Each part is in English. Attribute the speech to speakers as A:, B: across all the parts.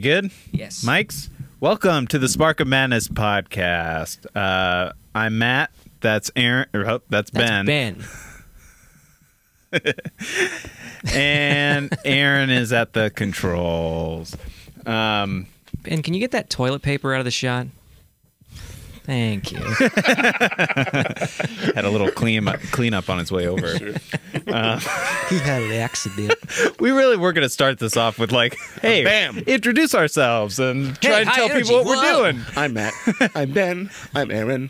A: good?
B: Yes.
A: Mike's? Welcome to the Spark of Madness podcast. Uh, I'm Matt. That's Aaron. Or, oh, that's,
B: That's
A: Ben.
B: Ben.
A: And Aaron is at the controls. Um,
B: Ben, can you get that toilet paper out of the shot? Thank you.
A: had a little clean up, cleanup on his way over.
B: he had an accident.
A: We really were going to start this off with like, hey,
C: Bam.
A: introduce ourselves and try and
B: high
A: tell
B: energy.
A: people what
B: Whoa.
A: we're doing.
C: I'm Matt. I'm Ben. I'm Aaron.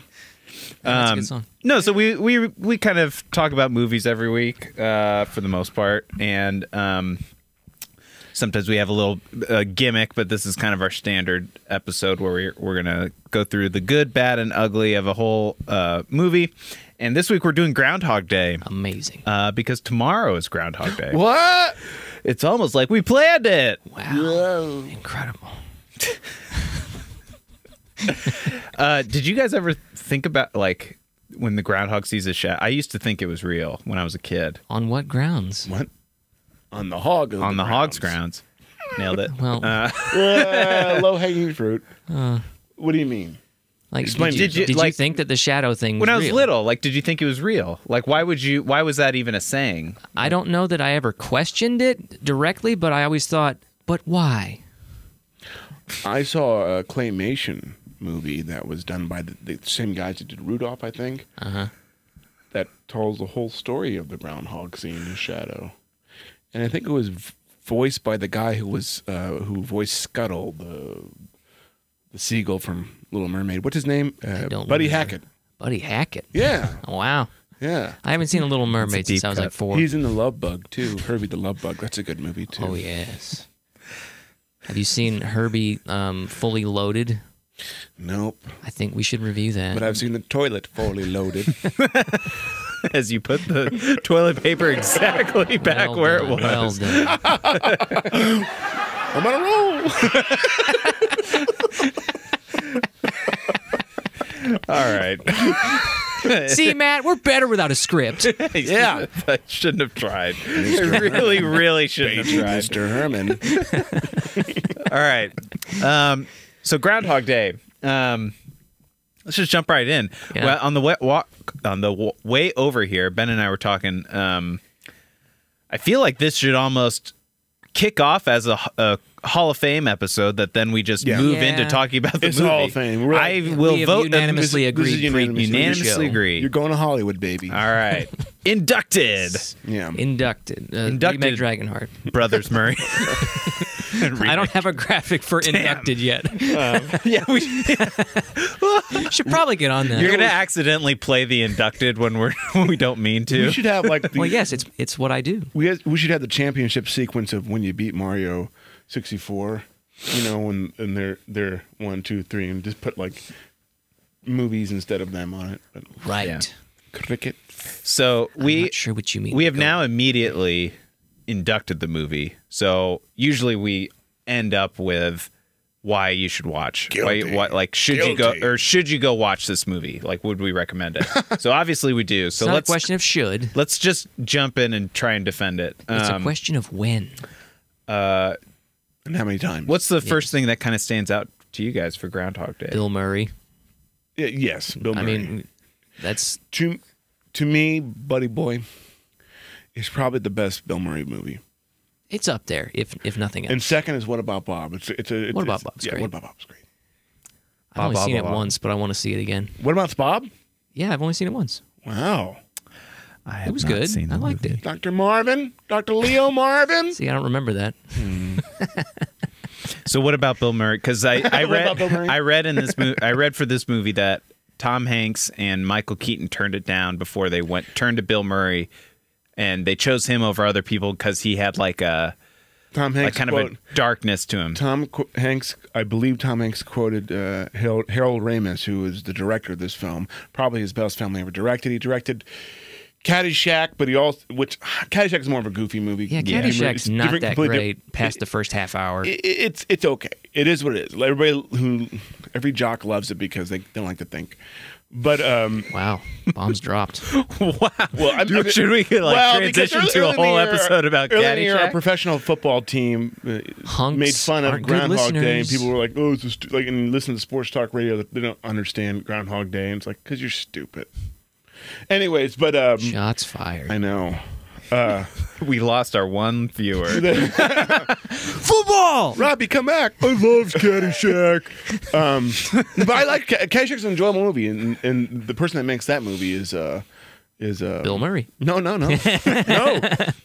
B: That's a good song.
A: Um, No, so we we we kind of talk about movies every week uh, for the most part, and um, sometimes we have a little uh, gimmick, but this is kind of our standard episode where we're we're gonna go through the good, bad, and ugly of a whole uh, movie. And this week we're doing Groundhog Day
B: Amazing.
A: uh, because tomorrow is Groundhog Day.
C: What?
A: It's almost like we planned it.
B: wow. Incredible.
A: Uh, did you guys ever think about like when the groundhog sees a shadow? I used to think it was real when I was a kid
B: On what grounds?
C: What? On the hog.
A: on the hog's grounds. Nailed it.
B: Well,
C: low hanging fruit. what do you mean?
B: like,
A: explain
B: did you,
A: did you-
B: did you
A: like-
B: think that the shadow thing was
A: when I was
B: real?
A: little, like, did you think it was real? Like, why would you? Why was that even a saying?
B: I don't know that I ever questioned it directly, but I always thought, but why?
C: I saw a claymation movie that was done by the, the same guys that did Rudolph, I think. Uh huh. That tells the whole story of the groundhog seeing his shadow, and I think it was v- voiced by the guy who was uh, who voiced Scuttle, the the seagull from Little Mermaid. What's his name? Uh,
B: don't
C: Buddy
B: remember.
C: Hackett.
B: Buddy Hackett.
C: Yeah,
B: Wow.
C: yeah.
B: I haven't seen The Little Mermaid since I was
A: deep
B: like four.
C: He's in the Love Bug too. Herbie the Love Bug. That's a good movie too.
B: Oh yes. Have you seen Herbie um, Fully Loaded?
C: Nope.
B: I think we should review that.
C: But I've seen the toilet fully loaded.
A: As you put the toilet paper exactly back
B: Well
A: where it
B: done,
A: was.
B: Well done.
C: I'm on a roll.
A: All right,
B: See, Matt, we're better without a script.
C: Yeah.
A: I shouldn't have tried. I really, really shouldn't have tried.
C: Mr. Herman.
A: All right. Um, so Groundhog Day. Um, let's just jump right in.
B: Yeah.
A: Well, on the way, walk on the w- way over here, Ben and I were talking. Um, I feel like this should almost kick off as a, a Hall of Fame episode that then we just
C: Yeah.
A: move
B: Yeah.
A: into talking about the
C: It's
A: movie.
C: Hall of Fame. We're
A: I
C: like-
A: will
B: We have
A: vote unanimously
B: unanimously agreed
C: This is unanimous.
A: unanimously
B: show.
A: agree.
C: You're going to Hollywood, baby.
A: All right. Inducted
C: Yeah.
B: Inducted. Uh,
A: Inducted.
B: Remake Dragonheart.
A: brothers Murray.
B: I don't have a graphic for inducted yet.
A: Um, yeah, we,
B: should probably get on that.
A: you're gonna accidentally play the inducted when we're when we don't mean to.
C: we should have like the,
B: well, yes, it's it's what I do.
C: we, has, we should have the championship sequence of when you beat Mario 64. You know, when and they're they're one, two, three, and just put like movies instead of them on it. But
B: Right.
A: Yeah.
C: cricket.
A: So
B: I'm
A: we
B: not sure what you mean.
A: we have
B: Go.
A: now immediately inducted the movie. So usually we end up with why you should watch. Why,
C: Guilty.
A: why- like should you
C: Guilty.
A: go or should you go watch this movie? Like would we recommend it? so obviously we do.
B: It's
A: So
B: not
A: let's
B: a question of should.
A: let's just jump in and try and defend it.
B: It's
A: Um,
B: a question of when.
C: And how many times?
A: what's the first thing that kind of stands out to you guys for Groundhog Day?
B: Bill Murray.
C: Yeah, yes, Bill
B: I
C: Murray.
B: mean, that's
C: to to me, Buddy Boy is probably the best Bill Murray movie.
B: it's up there. If if nothing else,
C: And second is What About Bob? It's it's a it's,
B: What About
C: it's-
B: Bob's
C: yeah,
B: great.
C: What About Bob's great.
B: I've only
A: Bob,
B: seen
A: Bob,
B: it
A: Bob.
B: once, but I want to see it again.
C: What about Bob?
B: Yeah, I've only seen it once.
C: Wow,
A: I
B: It
A: have
B: was
A: not
B: good.
A: seen the
B: I liked
A: movie.
B: it.
C: Doctor Marvin, Doctor Leo Marvin.
B: See, I don't remember that.
A: So what about Bill Murray? Because I, I
C: about
A: read
C: Bill Murray?
A: I read in this movie I read for this movie that Tom Hanks and Michael Keaton turned it down before they went turned to Bill Murray, and they chose him over other people because he had like a
C: Tom
A: like
C: Hanks.
A: kind
C: quote,
A: of a darkness to him.
C: Tom Qu- Hanks, I believe Tom Hanks quoted uh, Harold, Harold Ramis, who is the director of this film, probably his best film he ever directed. He directed Caddyshack, but he also, which Caddyshack is more of a goofy movie.
B: Yeah,
C: Different-
B: Caddyshack's
C: it's
B: not
C: different-
B: that
C: completely
B: great
C: diff-
B: past the first half hour.
C: it- it's it's okay. it is what it is. Everybody who every jock loves it because they don't like to think. But um,
B: Wow, bombs dropped.
A: wow.
C: well, I'm,
A: Dude, should we like
C: Well, because
A: transition to
C: earlier
A: a
C: in the
A: whole
C: year-
A: episode about
C: earlier in the year, Our
A: Caddyshack?
C: professional football team uh,
B: Hunks
C: made fun of
B: aren't good
C: Groundhog Day, and
B: listeners.
C: people were like, "Oh, it's a stu-, like," and listen to sports talk radio that they don't understand Groundhog Day, and it's like because you're stupid. Anyways, but um,
B: Shots fired.
C: I know.
A: We lost our one viewer.
B: Football.
C: Robbie, come back. I love Caddyshack. um, but I like Ca- Caddyshack's an enjoyable movie, and, and the person that makes that movie is uh, is uh,
B: Bill Murray.
C: No, no, no, no,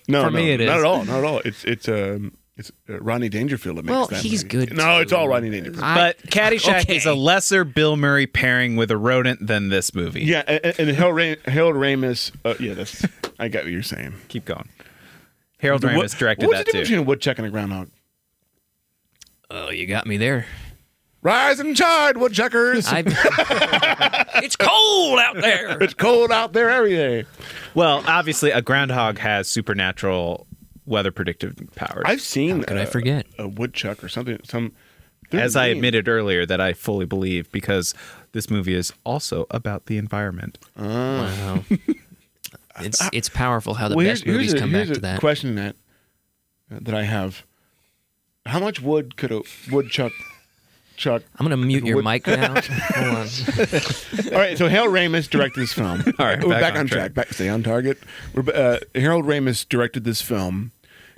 C: no.
B: For me
C: no.
B: it is.
C: not at all. Not at all. It's it's um it's uh, Ronnie Dangerfield that makes
B: Well,
C: that.
B: he's
C: movie.
B: good,
C: No,
B: too.
C: it's all Ronnie Dangerfield.
B: I-
A: But Caddyshack
B: Okay.
A: is a lesser Bill Murray pairing with a rodent than this movie.
C: yeah, and, and Harold, Ra- Harold Ramis. Uh, yeah, that's. I got what you're saying.
A: Keep going. Harold
C: What-
A: Ramis directed
C: what's
A: that
C: the
A: too.
C: difference between a woodchuck and a groundhog?
B: Oh, you got me there.
C: Rise and charge, woodchuckers!
B: I, it's cold out there.
C: it's cold out there every day.
A: Well, obviously, a groundhog has supernatural weather predictive powers.
C: I've seen.
B: Could I
C: uh,
B: forget?
C: a woodchuck or something? Some. they're
A: As I
C: mean.
A: admitted earlier, that I fully believe because this movie is also about the environment.
B: Wow. It's it's powerful how the
C: Uh, Well,
B: best movies
C: a,
B: come back to
C: here's a
B: that.
C: question that that I have: How much wood could a woodchuck chuck?
B: I'm gonna mute your
C: Would-
B: mic now. Hold on.
C: All right, so Harold Ramis directed this film.
A: All right,
C: we're
A: back
C: back,
A: on
C: on, track. Back, stay on target. We're, ba- uh, Harold Ramis directed this film.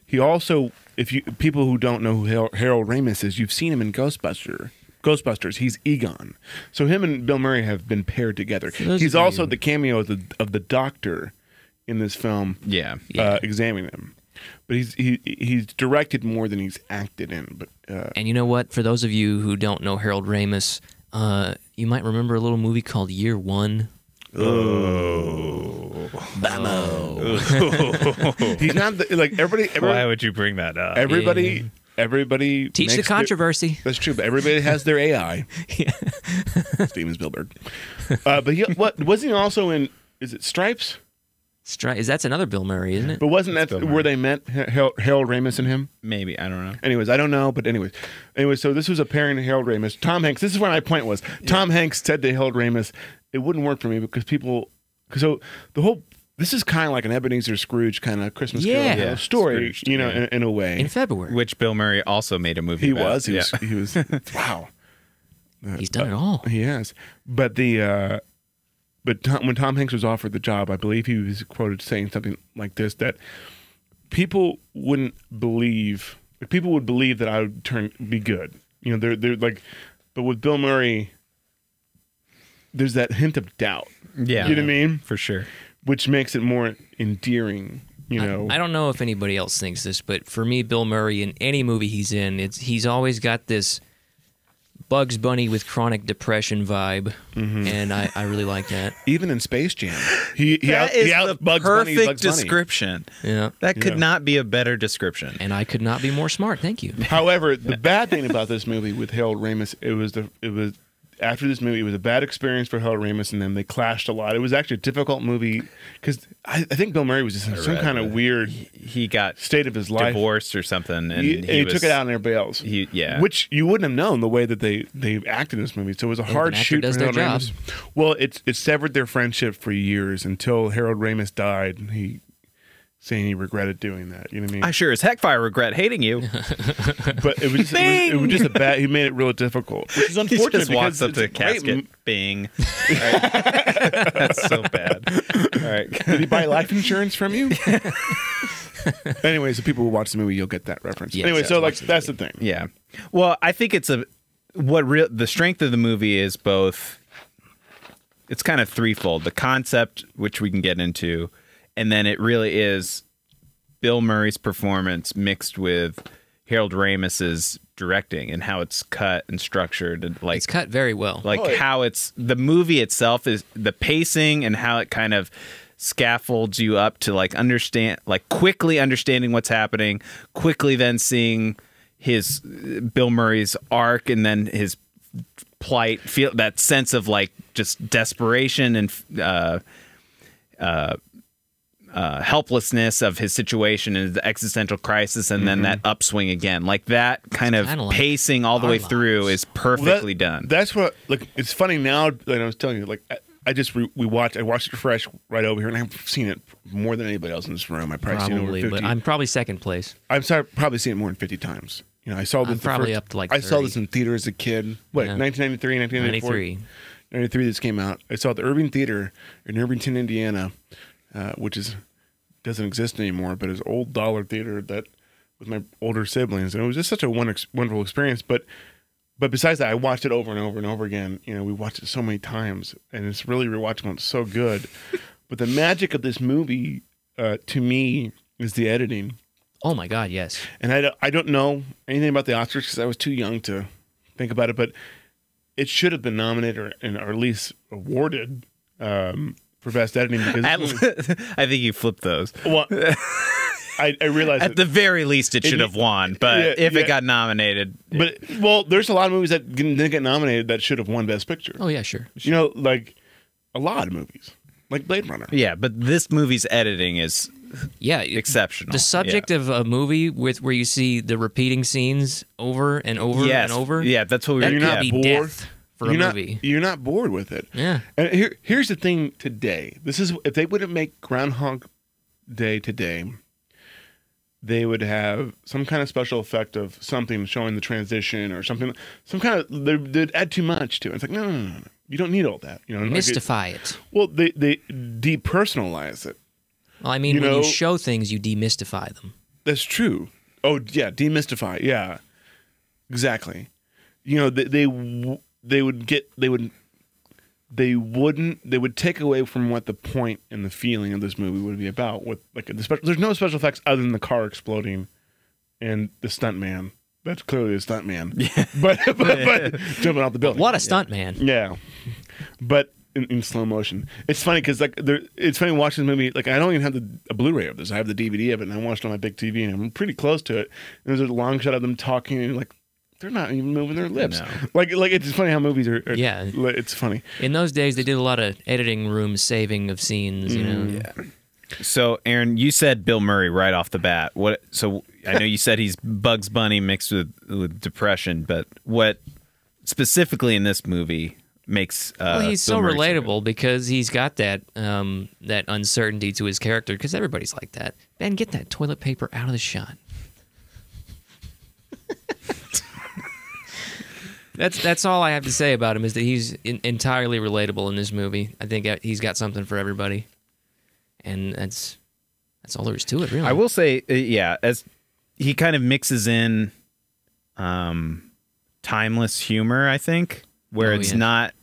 C: He also, if you people who don't know who Har- Harold Ramis is, you've seen him in Ghostbuster. Ghostbusters. He's Egon. So him and Bill Murray have been paired together.
B: those
C: He's
B: of you-
C: also the cameo of the, of the Doctor in this film.
A: Yeah.
B: Yeah.
C: uh, examining them. But he's he he's directed more than he's acted in. But uh,
B: And you know what? For those of you who don't know Harold Ramis, uh, you might remember a little movie called Year One.
C: he's not the, like everybody.
A: Why
C: everybody
A: would you bring that up?
C: everybody, everybody
B: Teach the
C: makes their-
B: controversy.
C: That's true, but everybody has their AI. Steven Spielberg. Uh, but he, what wasn't he also in? Is it Stripes?
B: Stri- is that's another Bill Murray, isn't it?
C: But wasn't
A: Bill
C: that
A: Murray.
C: where they met Ha- Har- Harold Ramis and him?
A: Maybe I don't know.
C: Anyways, I don't know, but anyways, anyway, so this was a pairing of Harold Ramis. Tom Hanks. This is where my point was. Tom Hanks said to Harold Ramis, "It wouldn't work for me because people." Cause so the whole this is kind of like an Ebenezer Scrooge kind of Christmas Carol
B: Yeah.
C: kind of story,
A: Scrooged,
C: you know,
A: yeah.
C: in, in a way.
B: In February,
A: Which Bill Murray also made a movie.
C: he
A: about.
C: was. He
A: Yeah.
C: was. He was. wow.
B: he's done
A: uh,
B: it all.
C: He has. But the uh but Tom, when Tom Hanks was offered the job, I believe he was quoted saying something like this that people wouldn't believe people would believe that I would turn be good. You know, they're they're like but with Bill Murray there's that hint of doubt.
A: Yeah.
C: You know what I mean?
A: For sure.
C: Which makes it more endearing, you know.
B: I don't know if anybody else thinks this, but for me, Bill Murray in any movie he's in, it's he's always got this Bugs Bunny with chronic depression vibe,
A: Mm-hmm.
B: and I, I really like that.
C: Even in Space Jam. He he
A: That
C: out,
A: is
C: he out
A: the
C: Bugs Bunny,
A: perfect
C: Bugs Bunny.
A: description.
B: Yeah,
A: That could
C: Yeah.
A: not be a better description.
B: and I could not be more smart. Thank you.
C: However, the bad thing about this movie with Harold Ramis, it was the it was after this movie, it was a bad experience for Harold Ramis and them. They clashed a lot. It was actually a difficult movie because I, I think Bill Murray was just in some
A: read
C: kind of weird
A: He got
C: state of his life.
A: divorced or something, and
C: He,
A: he,
C: and he
A: was,
C: took it out on everybody else.
A: he- yeah.
C: which you wouldn't have known the way that they they acted in this movie. So it was a hard
B: an actor
C: shoot
B: does
C: for
B: their
C: Harold
B: job.
C: Ramis. Well, it it severed their friendship for years until Harold Ramis died. And he saying he regretted doing that. You know what I mean?
A: I sure as heck fire regret hating you.
C: but it was, just, it was it was just a bad. He made it real difficult, which is
A: he
C: unfortunate.
A: just walks
C: because
A: up to the
C: it's a great
A: casket.
C: m-
A: Bing. All right. That's so bad. All right.
C: Did he buy life insurance from you? anyway, so people who watch the movie, you'll get that reference.
B: Yeah,
C: anyway,
B: yeah,
C: so like
B: watch the
C: that's the thing.
A: Yeah. Well, I think it's a what real the strength of the movie is both it's kind of threefold. The concept which we can get into and then it really is Bill Murray's performance mixed with Harold Ramis's directing and how it's cut and structured and like
B: It's cut very well.
A: like
C: Oh, it-
A: how it's the movie itself is the pacing and how it kind of scaffolds you up to like understand like quickly understanding what's happening quickly then seeing his uh, bill murray's arc and then his plight feel that sense of like just desperation and uh uh, helplessness of his situation and the existential crisis, and then that upswing again. Like that kind of
B: Mm-hmm. kinda like
A: pacing all the
B: our
A: way through
B: lives.
A: is perfectly
D: that-
A: done.
D: That's what like it's funny now. Like I was telling you, like I, I just re- we watched. I watched it fresh right over here, and I've seen it more than anybody else in this room. I probably, seen it over
B: probably,
D: fifty.
B: but I'm probably second place.
D: I'm
C: I've probably seen it more than 50 times. You know, I saw this
B: I'm
C: the
B: probably
C: first-
B: up to, like,
C: I saw
B: 30.
C: this in theater as a kid. What,
B: Yeah.
C: 1993, 1994?
B: 93.
C: 93 this came out. I saw it at the Irving Theater in Irvington, Indiana, uh, which is doesn't exist anymore, but is old dollar theater that with my older siblings, and it was just such a one ex- wonderful experience. But but besides that, I watched it over and over and over again. You know, we watched it so many times, and it's really rewatchable. It's so good. but the magic of this movie, uh, to me, is the editing.
B: Oh my God, yes.
C: And I don't, I don't know anything about the Oscars because I was too young to think about it, but it should have been nominated or, and, or at least awarded um, for best editing because
A: At-
C: Mm-hmm.
A: I think you flipped those.
C: well, I, I realize
A: At
C: that,
A: the very least, it should have won. But
C: Yeah,
A: if
C: yeah.
A: it got nominated,
C: but well, there's a lot of movies that didn't get nominated that should have won best picture.
B: Oh yeah, sure.
C: You know, like a lot of movies, like Blade Runner.
A: yeah. But this movie's editing is
B: Yeah, it-
A: exceptional.
B: The subject of a movie with where you see the repeating scenes over and over
A: yes,
B: and over.
A: Yeah, that's what we
B: that
A: were.
B: could
C: not
B: be
C: bored?
B: death for
C: you're
B: a
C: not,
B: movie.
C: You're not bored with it.
B: Yeah.
C: And here, here's the thing today. This is if they wouldn't make Groundhog Day today, they would have some kind of special effect of something showing the transition or something. Some kind of they- they'd add too much to it. It's like no, no, no, no. You don't need all that. You know, like it-
B: Mystify it.
C: well, they they depersonalize it.
B: Well, I mean,
C: you
B: when
C: know-
B: you show things, you demystify them.
C: That's true. Oh yeah, demystify. Yeah, exactly. You know they they, w- they would get they would they wouldn't they would take away from what the point and the feeling of this movie would be about. With like the special, there's no special effects other than the car exploding and the stunt man. That's clearly a stunt man. Yeah. But, but, but jumping off the building.
B: What a stunt man.
C: Yeah, but in, in slow motion. It's funny because like there, it's funny watching this movie. Like I don't even have the a Blu-ray of this. I have the DVD of it, and I watched it on my big TV, and I'm pretty close to it. And there's a long shot of them talking, and like they're not even moving their lips.
A: No.
C: Like like it's funny how movies are. are
B: Yeah.
C: li- it's funny.
B: In those days, they did a lot of editing room saving of scenes. You know,
C: Mm.
A: So, Aaron, you said Bill Murray right off the bat. What? So I know you said he's Bugs Bunny mixed with with depression, but what specifically in this movie makes? Uh,
B: well, he's
A: Bill
B: so
A: Murray
B: relatable because he's got that um, that uncertainty to his character. Because everybody's like that. Ben, get that toilet paper out of the shot. that's that's all I have to say about him is that he's in, entirely relatable in this movie. I think that he's got something for everybody, and that's that's all there is to it. Really,
A: I will say, uh, yeah, as he kind of mixes in um timeless humor, I think, where
B: Oh,
A: it's
B: yeah.
A: not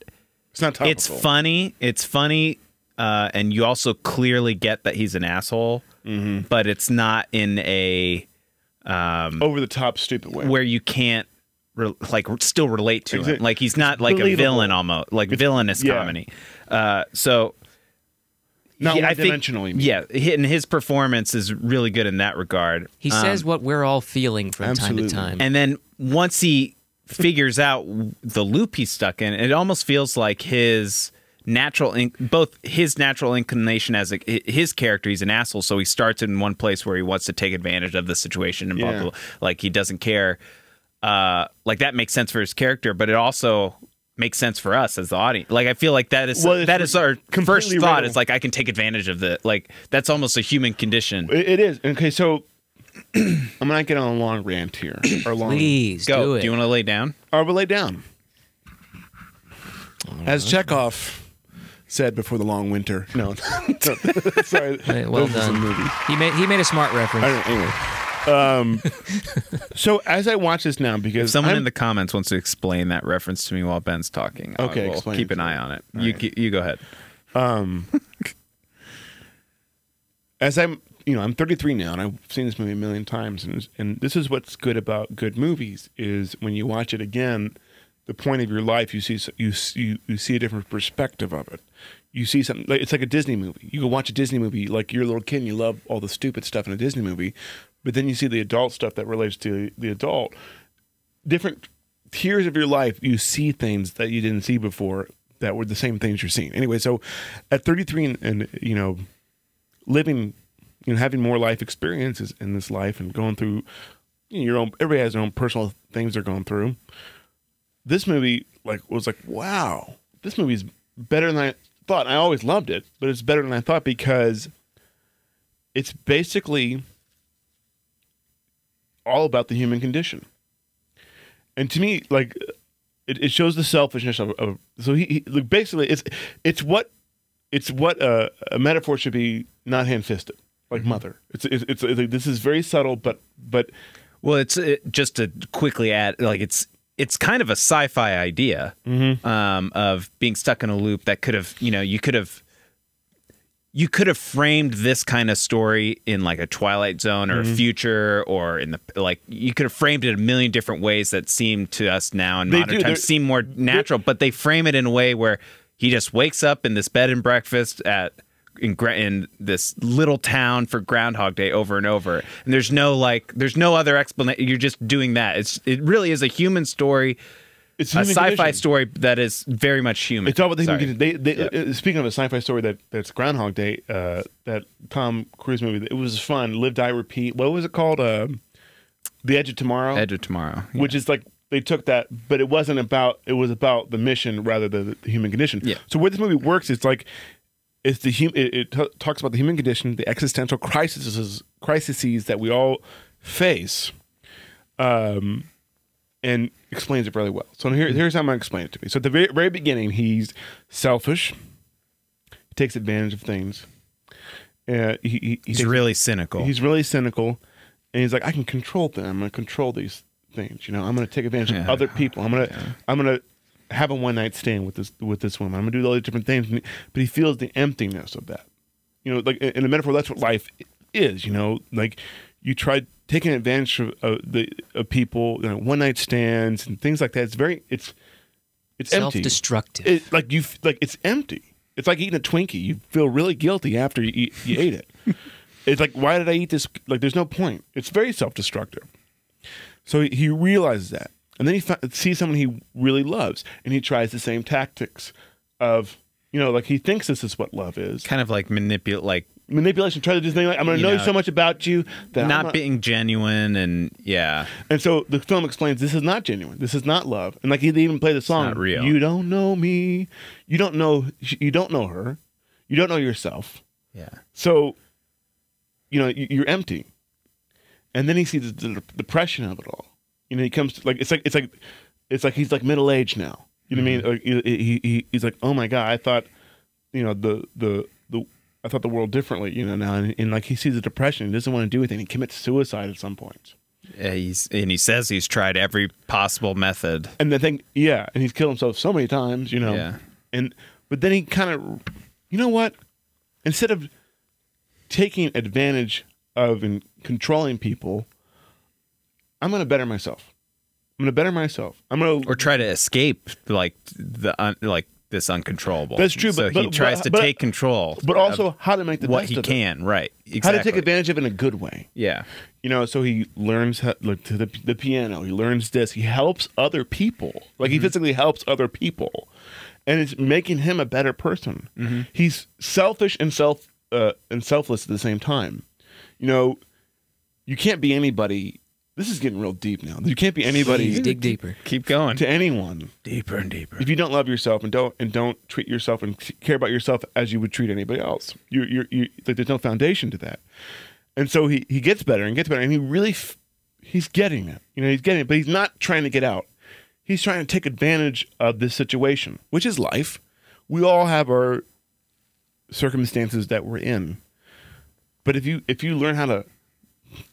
C: It's not topical.
A: It's funny. It's funny, uh, and you also clearly get that he's an asshole,
C: Mm-hmm.
A: but it's not in a
C: Over the top, stupid way.
A: where you can't re- like still relate to him.
C: Exact-
A: Like he's not like a
C: believable.
A: villain almost, like villainous
C: yeah.
A: comedy. Uh, so
C: not
A: he- I think-
C: one-dimensionally.
A: yeah, hi- and his performance is really good in that regard.
B: he
A: Um,
B: says what we're all feeling from time
C: absolutely.
B: to time.
A: and then once he figures out the loop he's stuck in, it almost feels like his natural, inc- both his natural inclination as a, his character, he's an asshole, so he starts in one place where he wants to take advantage of the situation and blah,
C: Yeah.
A: blah, blah. like he doesn't care. Uh, like that makes sense for his character, but it also makes sense for us as the audience. Like I feel like that is
C: Well, it's
A: that is our first
C: completely
A: thought
C: real.
A: is like I can take advantage of the like that's almost a human condition.
C: It- it is okay. So I'm not getting on a long rant here or long.
B: Please
A: Go.
B: do it.
A: Do you want to lay down?
C: Or we lay down. As Chekhov said before the long winter. No, sorry.
B: Hey, well
C: This is a
B: done.
C: movie.
B: He made he made a smart reference.
C: I don't, anyway, um, so as I watch this now, because
A: Someone
C: I'm-
A: in the comments wants to explain that reference to me while Ben's talking. I
C: Okay,
A: will
C: explain
A: keep
C: it
A: an
C: to
A: eye
C: me.
A: on it.
C: All
A: you
C: right.
A: g you go ahead.
C: as I'm, you know, I'm 33 now, and I've seen this movie a million times, and it's- and this is what's good about good movies is when you watch it again, the point of your life, you see s- you s- you you see a different perspective of it. You see something like it's like a Disney movie. You go watch a Disney movie like you're a little kid and you love all the stupid stuff in a Disney movie, but then you see the adult stuff that relates to the adult. Different tiers of your life, you see things that you didn't see before that were the same things you're seeing. Anyway, so at 33 and, and you know living, you know, having more life experiences in this life and going through you know, your own. Everybody has their own personal things they're going through. This movie, like, was like, wow, this movie's better than I thought. I always loved it, but it's better than I thought because it's basically all about the human condition. And to me, like, it, it shows the selfishness of, of so he, he like, basically it's it's what it's what a, a metaphor should be, not hand fisted, like
A: Mm-hmm.
C: mother. It's it's, it's it's like, this is very subtle, but but
A: Well, it's it, just to quickly add, like it's it's kind of a sci-fi idea um, of being stuck in a loop that could have, you know, you could have you could have framed this kind of story in like a Twilight Zone
C: Mm-hmm.
A: or a future or in the like you could have framed it a million different ways that seem to us now in
C: They
A: modern
C: do,
A: times
C: they're-
A: seem more natural, but they frame it in a way where he just wakes up in this bed and breakfast at in, Gra- in this little town for Groundhog Day over and over, and there's no like there's no other explanation. You're just doing that. It's it really is a human story,
C: it's
A: a
C: human
A: sci-fi
C: condition.
A: story that is very much human.
C: It's all about the human
A: Sorry.
C: condition. They, they, uh, speaking of a sci-fi story that that's Groundhog Day, uh, that Tom Cruise movie. It was fun. Live, die, repeat. What was it called? Uh, the Edge of Tomorrow.
A: Edge of Tomorrow. yeah.
C: which is like they took that, but it wasn't about it was about the mission rather than the human condition.
A: Yeah.
C: So where this movie works, it's like it's the human. It, it t- talks about the human condition, the existential crises crises that we all face, um, and explains it really well. So
A: Hmm.
C: here, here's how I'm gonna explain it to me. So at the very, very beginning, he's selfish. He takes advantage of things. Uh, he, he, he
A: he's
C: takes-
A: really cynical.
C: He's really cynical, and he's like, I can control them. I'm going to control these things. You know, I'm going to take advantage of
A: Yeah.
C: other people. I'm going to, I'm going to have a one night stand with this with this woman. I'm going to do all these different things. And- But he feels the emptiness of that. You know, like in a metaphor, that's what life is. You know, like you try taking advantage of, of the of people, you know, one night stands and things like that. It's very, it's, it's empty
B: Self-destructive.
C: it, like you f- like it's empty. It's like eating a Twinkie. You feel really guilty after you eat, you ate it. it's like why did I eat this? Like there's no point. It's very self destructive. So he, he realizes that, and then he fi- sees someone he really loves, and he tries the same tactics of you know like he thinks this is what love is
A: kind of like manipulate, like
C: manipulation. Try to do thing like I'm going to
A: You
C: know,
A: know,
C: so much about you that I'm
A: not being genuine and yeah.
C: And so the film explains this is not genuine. This is not love. And like he even played the song.
A: not real.
C: You don't know me. You don't know. You don't know her. You don't know yourself.
A: Yeah.
C: So, you know, you- you're empty. And then he sees the, the depression of it all. You know, he comes to, like it's like it's like it's like he's like middle aged now. You know
A: Mm-hmm.
C: what I mean? Like, he, he he's like, oh my god, I thought, you know, the the the I thought the world differently. You know now, and, and like he sees the depression, he doesn't want to do anything. He commits suicide at some point.
A: Yeah, he's and he says he's tried every possible method.
C: and the thing, yeah, and he's killed himself so many times, you know.
A: Yeah.
C: And but then he kind of, you know what? Instead of taking advantage of and controlling people, I'm gonna better myself. I'm gonna better myself. I'm gonna
A: or try to escape like the un, like this uncontrollable.
C: That's true,
A: So
C: but-
A: he
C: but-
A: tries
C: but-
A: to
C: but-
A: take control,
C: but also how to make the
A: of what
C: best
A: he
C: of it.
A: can. Right.
C: How
A: Exactly.
C: to take advantage of it in a good way.
A: Yeah.
C: you know so he learns how, like to the, the piano he learns this he helps other people like he physically helps other people and it's making him a better person he's selfish and self uh, and selfless at the same time you know you can't be anybody this is getting real deep now you can't be
B: Please
C: anybody
B: dig deeper.
A: Keep going.
C: to anyone
A: Deeper and deeper.
C: if you don't love yourself and don't and don't treat yourself and c- care about yourself as you would treat anybody else, you you you like there's no foundation to that. And so he he gets better and gets better, and he really f- he's getting it. You know, he's getting it, but he's not trying to get out. He's trying to take advantage of this situation, which is life. We all have our circumstances that we're in. But if you if you learn how to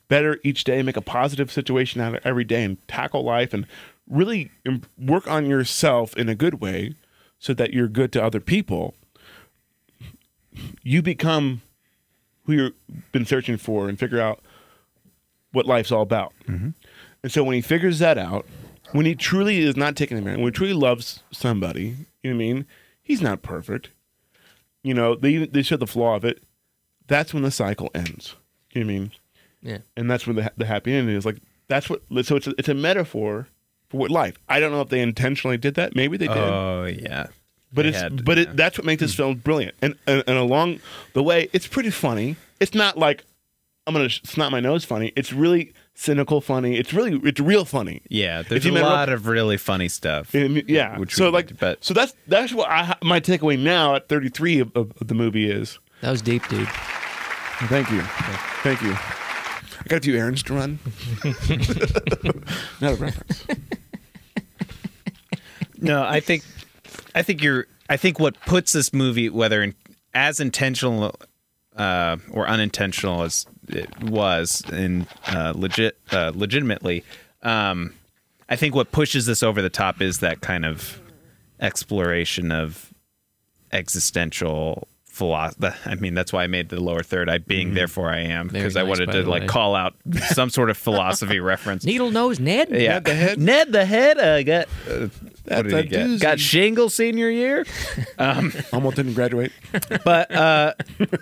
C: better each day, make a positive situation out of every day, and tackle life and really im- work on yourself in a good way so that you're good to other people, you become who you've been searching for and figure out what life's all about. And so when he figures that out, when he truly is not taking advantage, when he truly loves somebody, you know what I mean? He's not perfect. You know, they, they show the flaw of it. That's when the cycle ends. You know what I mean?
B: Yeah.
C: and that's where the, ha- the happy ending is. Like that's what. So it's a, it's a metaphor for what life. I don't know if they intentionally did that. Maybe they did.
A: Oh yeah.
C: But
A: They
C: it's
A: had,
C: but
A: yeah. Hmm.
C: it, that's what makes this film brilliant. And, and and along the way, it's pretty funny. It's not like I'm gonna sh- snot my nose funny. It's really cynical funny. It's really it's real funny.
A: Yeah, there's
C: you
A: a
C: met Rob-
A: lot of really funny stuff.
C: Um, yeah.
A: Which
C: so
A: we
C: like
A: liked, but-
C: so that's that's what I, ha- my takeaway now at 33 of, of, of the movie is.
B: That was deep, dude.
C: Thank you, thank you. I got a few errands to run. not a reference.
A: No, I think, I think you're. I think what puts this movie, whether in, as intentional uh, or unintentional as it was, in uh, legit, uh, legitimately, um, I think what pushes this over the top is that kind of exploration of existential philosophy. I mean, that's why I made the lower third. I being
B: Mm-hmm.
A: therefore I am
B: Very
A: because I
B: nice,
A: wanted
B: by
A: to
B: the
A: like
B: way.
A: call out some sort of philosophy reference.
B: Needle nose Ned.
A: Yeah.
C: Ned the Head?
A: Ned the Head. Uh, got uh, what
C: That's
A: did he
C: a
A: get?
C: doozy.
A: Got shingle senior year,
C: Almost didn't graduate.
A: but uh,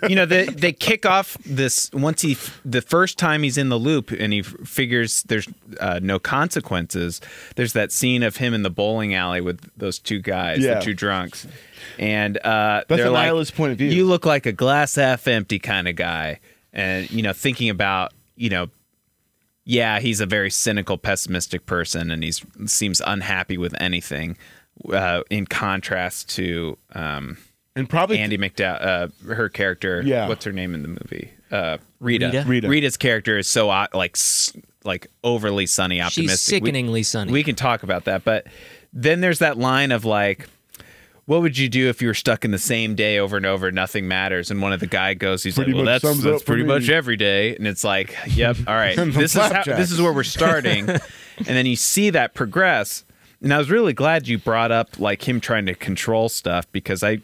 A: you know they they kick off this once he f- the first time he's in the loop and he f- figures there's uh, no consequences. There's that scene of him in the bowling alley with those two guys,
C: Yeah.
A: the two drunks, and uh,
C: That's
A: they're
C: a
A: like,
C: nihilist point of view.
A: You look like a glass half empty kind of guy, and you know thinking about you know yeah, he's a very cynical, pessimistic person, and he seems unhappy with anything. Uh, in contrast to um,
C: And probably
A: Andy McDowell, uh, her character,
C: Yeah.
A: what's her name in the movie? Uh, Rita.
B: Rita?
C: Rita.
A: Rita's character is so uh, like s- like overly sunny, optimistic.
B: She's
A: We-
B: sickeningly sunny.
A: we can talk about that, but then there's that line of like. What would you do if you were stuck in the same day over and over? Nothing matters. And one of the guy goes, "He's
C: Pretty
A: like, well,
C: much
A: that's,
C: sums it
A: that's
C: up for
A: pretty
C: me.
A: much every day." And it's like, "Yep, all right,
C: And the
A: this is how,
C: flapjacks.
A: this is where we're starting." and then you see that progress. And I was really glad you brought up like him trying to control stuff because I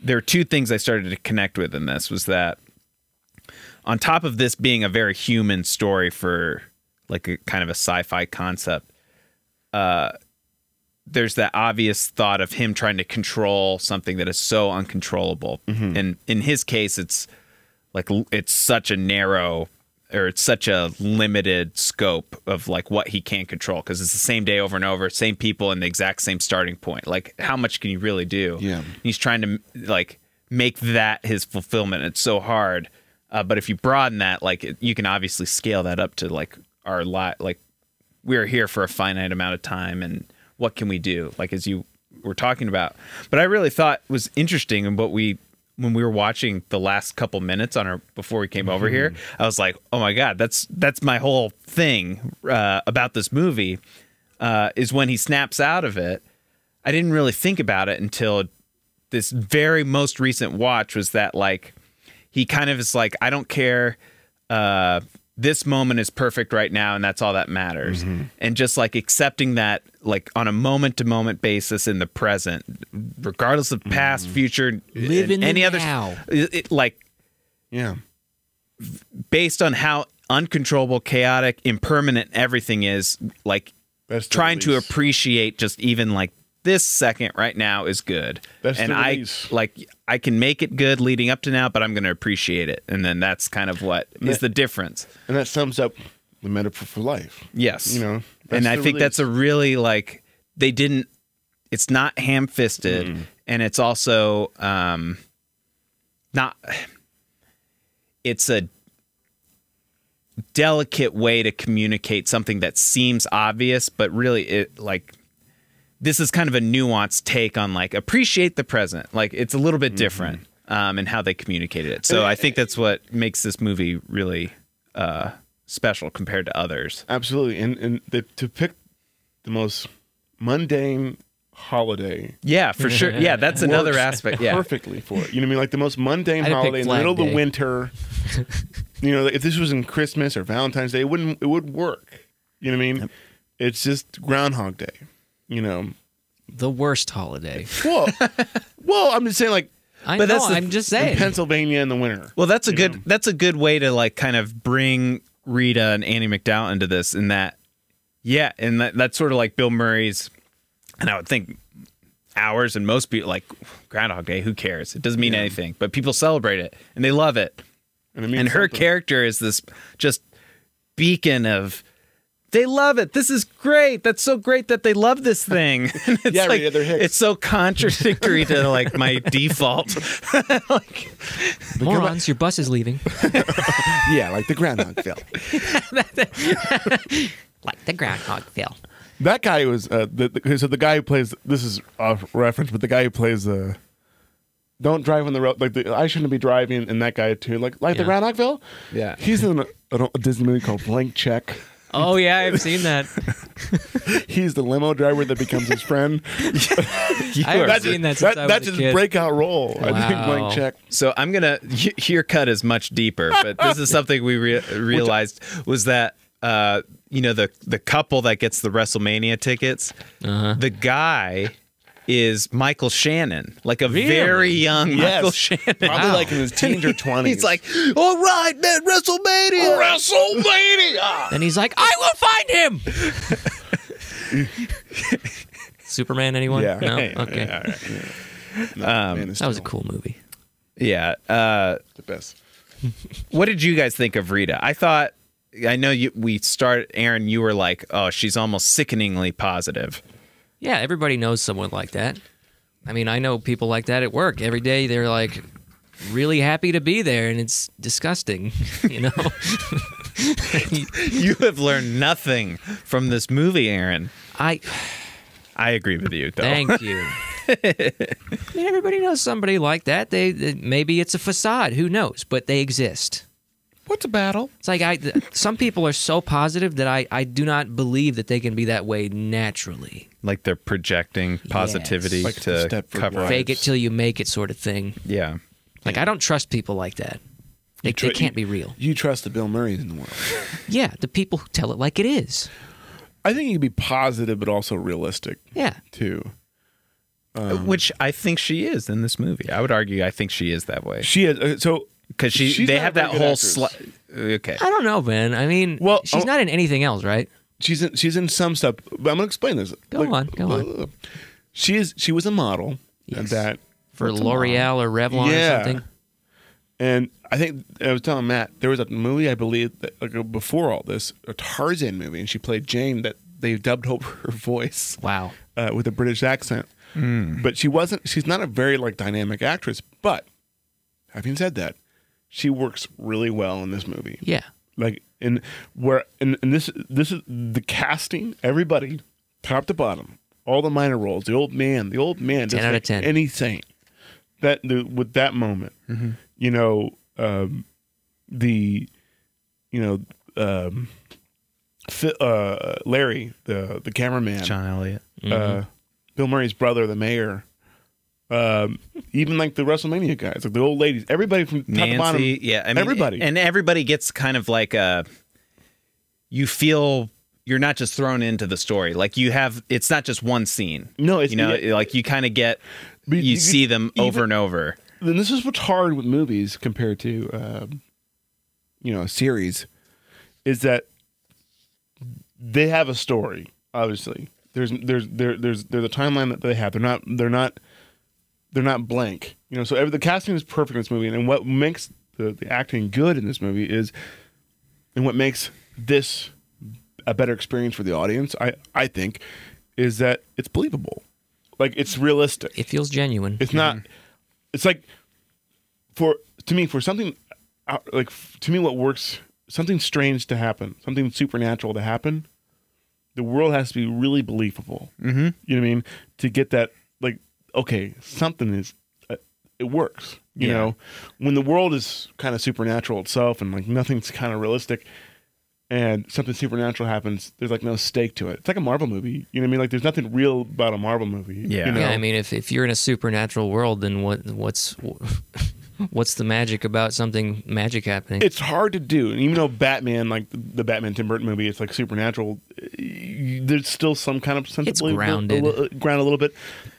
A: there are two things I started to connect with in this was that on top of this being a very human story for like a kind of a sci-fi concept, uh, there's that obvious thought of him trying to control something that is so uncontrollable,
C: Mm-hmm.
A: and in his case, it's like l- it's such a narrow or it's such a limited scope of like what he can control because it's the same day over and over, same people and the exact same starting point. Like, how much can you really do?
C: Yeah.
A: he's trying to like make that his fulfillment. It's so hard. Uh, but if you broaden that, like it, you can obviously scale that up to like our lot. Like we're here for a finite amount of time, and what can we do? Like as you were talking about. But I really thought was interesting, and what we when we were watching the last couple minutes on our before we came over here, I was like, oh my god, that's that's my whole thing uh, about this movie. Uh, is when he snaps out of it. I didn't really think about it until this very most recent watch was that like he kind of is like I don't care uh this moment is perfect right now and that's all that matters and just like accepting that like on a moment to moment basis in the present regardless of past future
B: Live
A: and
B: in the
A: any
B: now.
A: other it, it, like
C: yeah.
A: based on how uncontrollable chaotic impermanent everything is like
C: That's the
A: trying to
C: release.
A: appreciate just even like this second right now is good
C: That's
A: and
C: the
A: i
C: release.
A: like i can make it good leading up to now but i'm going to appreciate it and then that's kind of what is the difference
C: And that sums up the metaphor for life.
A: yes
C: You know, that's
A: and i
C: the
A: think that's a really like they didn't it's not ham-fisted
C: Mm-hmm.
A: and it's also um not it's a delicate way to communicate something that seems obvious but really it like this is kind of a nuanced take on like appreciate the present like it's a little bit different
C: Mm-hmm.
A: um in how they communicated it so i think that's what makes this movie really uh special compared to others
C: Absolutely. And and the, to pick the most mundane holiday
A: yeah for sure yeah that's another
C: works
A: aspect yeah
C: perfectly for it. You know what I mean? Like the most mundane
B: I'd have
C: holiday
B: picked
C: in the middle
B: Flag
C: of the
B: Day.
C: winter. you know, if this was in Christmas or Valentine's Day, it wouldn't it would work. You know what I mean? It's just Groundhog Day. You know.
B: the worst holiday.
C: Well Well, I'm just saying like
B: I
A: But
B: know.
A: that's the-
B: I'm just
C: in
B: saying.
C: Pennsylvania in the winter.
A: Well, that's a good that's a good way to like kind of bring Rita and Annie McDowell into this, in that yeah, and that, that's sort of like Bill Murray's, and I would think ours and most people like Groundhog Day. Who cares? It doesn't mean anything, but people celebrate it and they love it.
C: And, it means
A: and her
C: something.
A: character is this just beacon of They love it. This is great. That's so great that they love this thing. And it's
C: Yeah,
A: like,
C: yeah, they're hicks.
A: it's so contradictory to like my default. like,
B: Morons, your bus is leaving.
C: yeah, like the groundhog fell.
B: like the groundhog fell.
C: That guy was uh, the, the so the guy who plays this is off reference, but the guy who plays uh, don't drive on the road like the, I shouldn't be driving, and that guy too, like like the
B: Yeah.
C: Groundhogville.
A: Yeah.
C: he's in a, a Disney movie called Blank Check.
B: Oh yeah, I've seen that.
C: He's the limo driver that becomes his friend.
A: you
B: I haven't
A: are-
B: seen that since
C: that,
B: I was
C: that's
B: a
C: his
B: kid.
C: breakout role. I think
B: Wow.
C: Blank Check.
A: So I'm gonna y- your cut is much deeper, but this is something we rea- realized was that uh, you know the the couple that gets the WrestleMania tickets, the guy is Michael Shannon, like a very young Michael Shannon.
C: Probably
B: Wow.
C: like in his teens or twenties.
A: He's like,
C: "Oh,
A: all right, man, WrestleMania.
C: WrestleMania.
B: And he's like, I will find him. Superman? Anyone?
C: Yeah.
B: No.
C: Yeah,
B: Okay.
C: yeah, all right. Man, it's
B: That was a
C: still
B: cool movie.
A: Yeah. Uh,
C: the best.
A: what did you guys think of Rita? I thought. I know you. We start, Aaron. You were like, "Oh, she's almost sickeningly positive."
B: Yeah, everybody knows someone like that. I mean, I know people like that at work. Every day they're like really happy to be there, and it's disgusting, you know?
A: You have learned nothing from this movie, Aaron.
B: I
A: I agree with you, though.
B: thank you. I mean, everybody knows somebody like that. They, they maybe it's a facade. Who knows? But they exist.
C: What's a battle?
B: It's like I. th- Some people are so positive that I, I do not believe that they can be that way naturally.
A: like they're projecting positivity
B: Yes.
C: Like
A: to
C: the Stepford
A: cover up.
C: Wives.
B: Fake it till you make it, sort of thing.
A: Yeah.
B: Like I don't trust people like that. They,
C: tr-
B: they can't be real.
C: You trust the Bill Murrays in the world.
B: Yeah, the people who tell it like it is.
C: I think you can be positive but also realistic
B: Yeah.
C: too. Um,
A: Which I think she is in this movie. I would argue I think she is that way
C: She is uh, so
A: because she
C: She's
A: they
C: not a
A: have
C: very
A: that
C: good
A: whole
C: actress.
A: sli- okay.
B: I don't know, man. I mean,
C: Well,
B: she's
C: oh-
B: not in anything else, right?
C: she's in she's in some stuff. But I'm gonna explain this. uh,
B: Go on, go on.
C: She is she was a model at
B: Yes.
C: that,
B: For L'Oreal or Revlon
C: Yeah.
B: or something.
C: and I think I was telling Matt there was a movie I believe that, like uh, before all this a Tarzan movie, and she played Jane that they dubbed over her voice
B: Wow.
C: uh, with a British accent. But she wasn't. She's not a very like dynamic actress. But having said that, she works really well in this movie.
B: Yeah.
C: like in where and, and this this is the casting everybody top to bottom all the minor roles the old man the old
B: 10
C: man doesn't
B: out of
C: make
B: 10.
C: any saint that the, with that moment
A: Mm-hmm.
C: you know um the you know um Fi- uh larry the the cameraman
A: John Elliott.
C: uh bill murray's brother the mayor um, even like the WrestleMania guys, like the old ladies, everybody from top
A: Nancy,
C: to bottom,
A: yeah, I mean,
C: everybody.
A: and everybody gets kind of like a. You feel you're not just thrown into the story. Like you have, it's not just one scene.
C: No, it's-
A: you know,
C: yeah.
A: like you kind of get,
C: But
A: you
C: you could
A: see them over
C: even-
A: and over.
C: then this is what's hard with movies compared to um, you know a series is that they have a story obviously there's there's there, there's there's a timeline that they have they're not they're not they're not blank you know so every, the casting is perfect in this movie and, what makes the, the acting good in this movie is and what makes this a better experience for the audience i i think is that it's believable like it's realistic
B: It feels genuine.
C: it's not. It's like for to me for something out- like f- to me what works something strange to happen, something supernatural to happen. The world has to be really believable. Mm-hmm. You know what I mean? To get that like okay, something is uh, it works. You
A: Yeah.
C: know, when the world is kind of supernatural itself and like nothing's kind of realistic. And something supernatural happens. There's like no stake to it. It's like a Marvel movie. You know what I mean? Like there's nothing real about a Marvel movie.
A: Yeah.
C: You know?
B: Yeah, I mean, if, if you're in a supernatural world, then what what's what's the magic about something magic happening?
C: it's hard to do. And even though Batman, like the Batman Tim Burton movie, it's like supernatural, you- there's still some kind of sense
B: It's
C: of believable-
B: grounded.
C: a li- ground a little bit.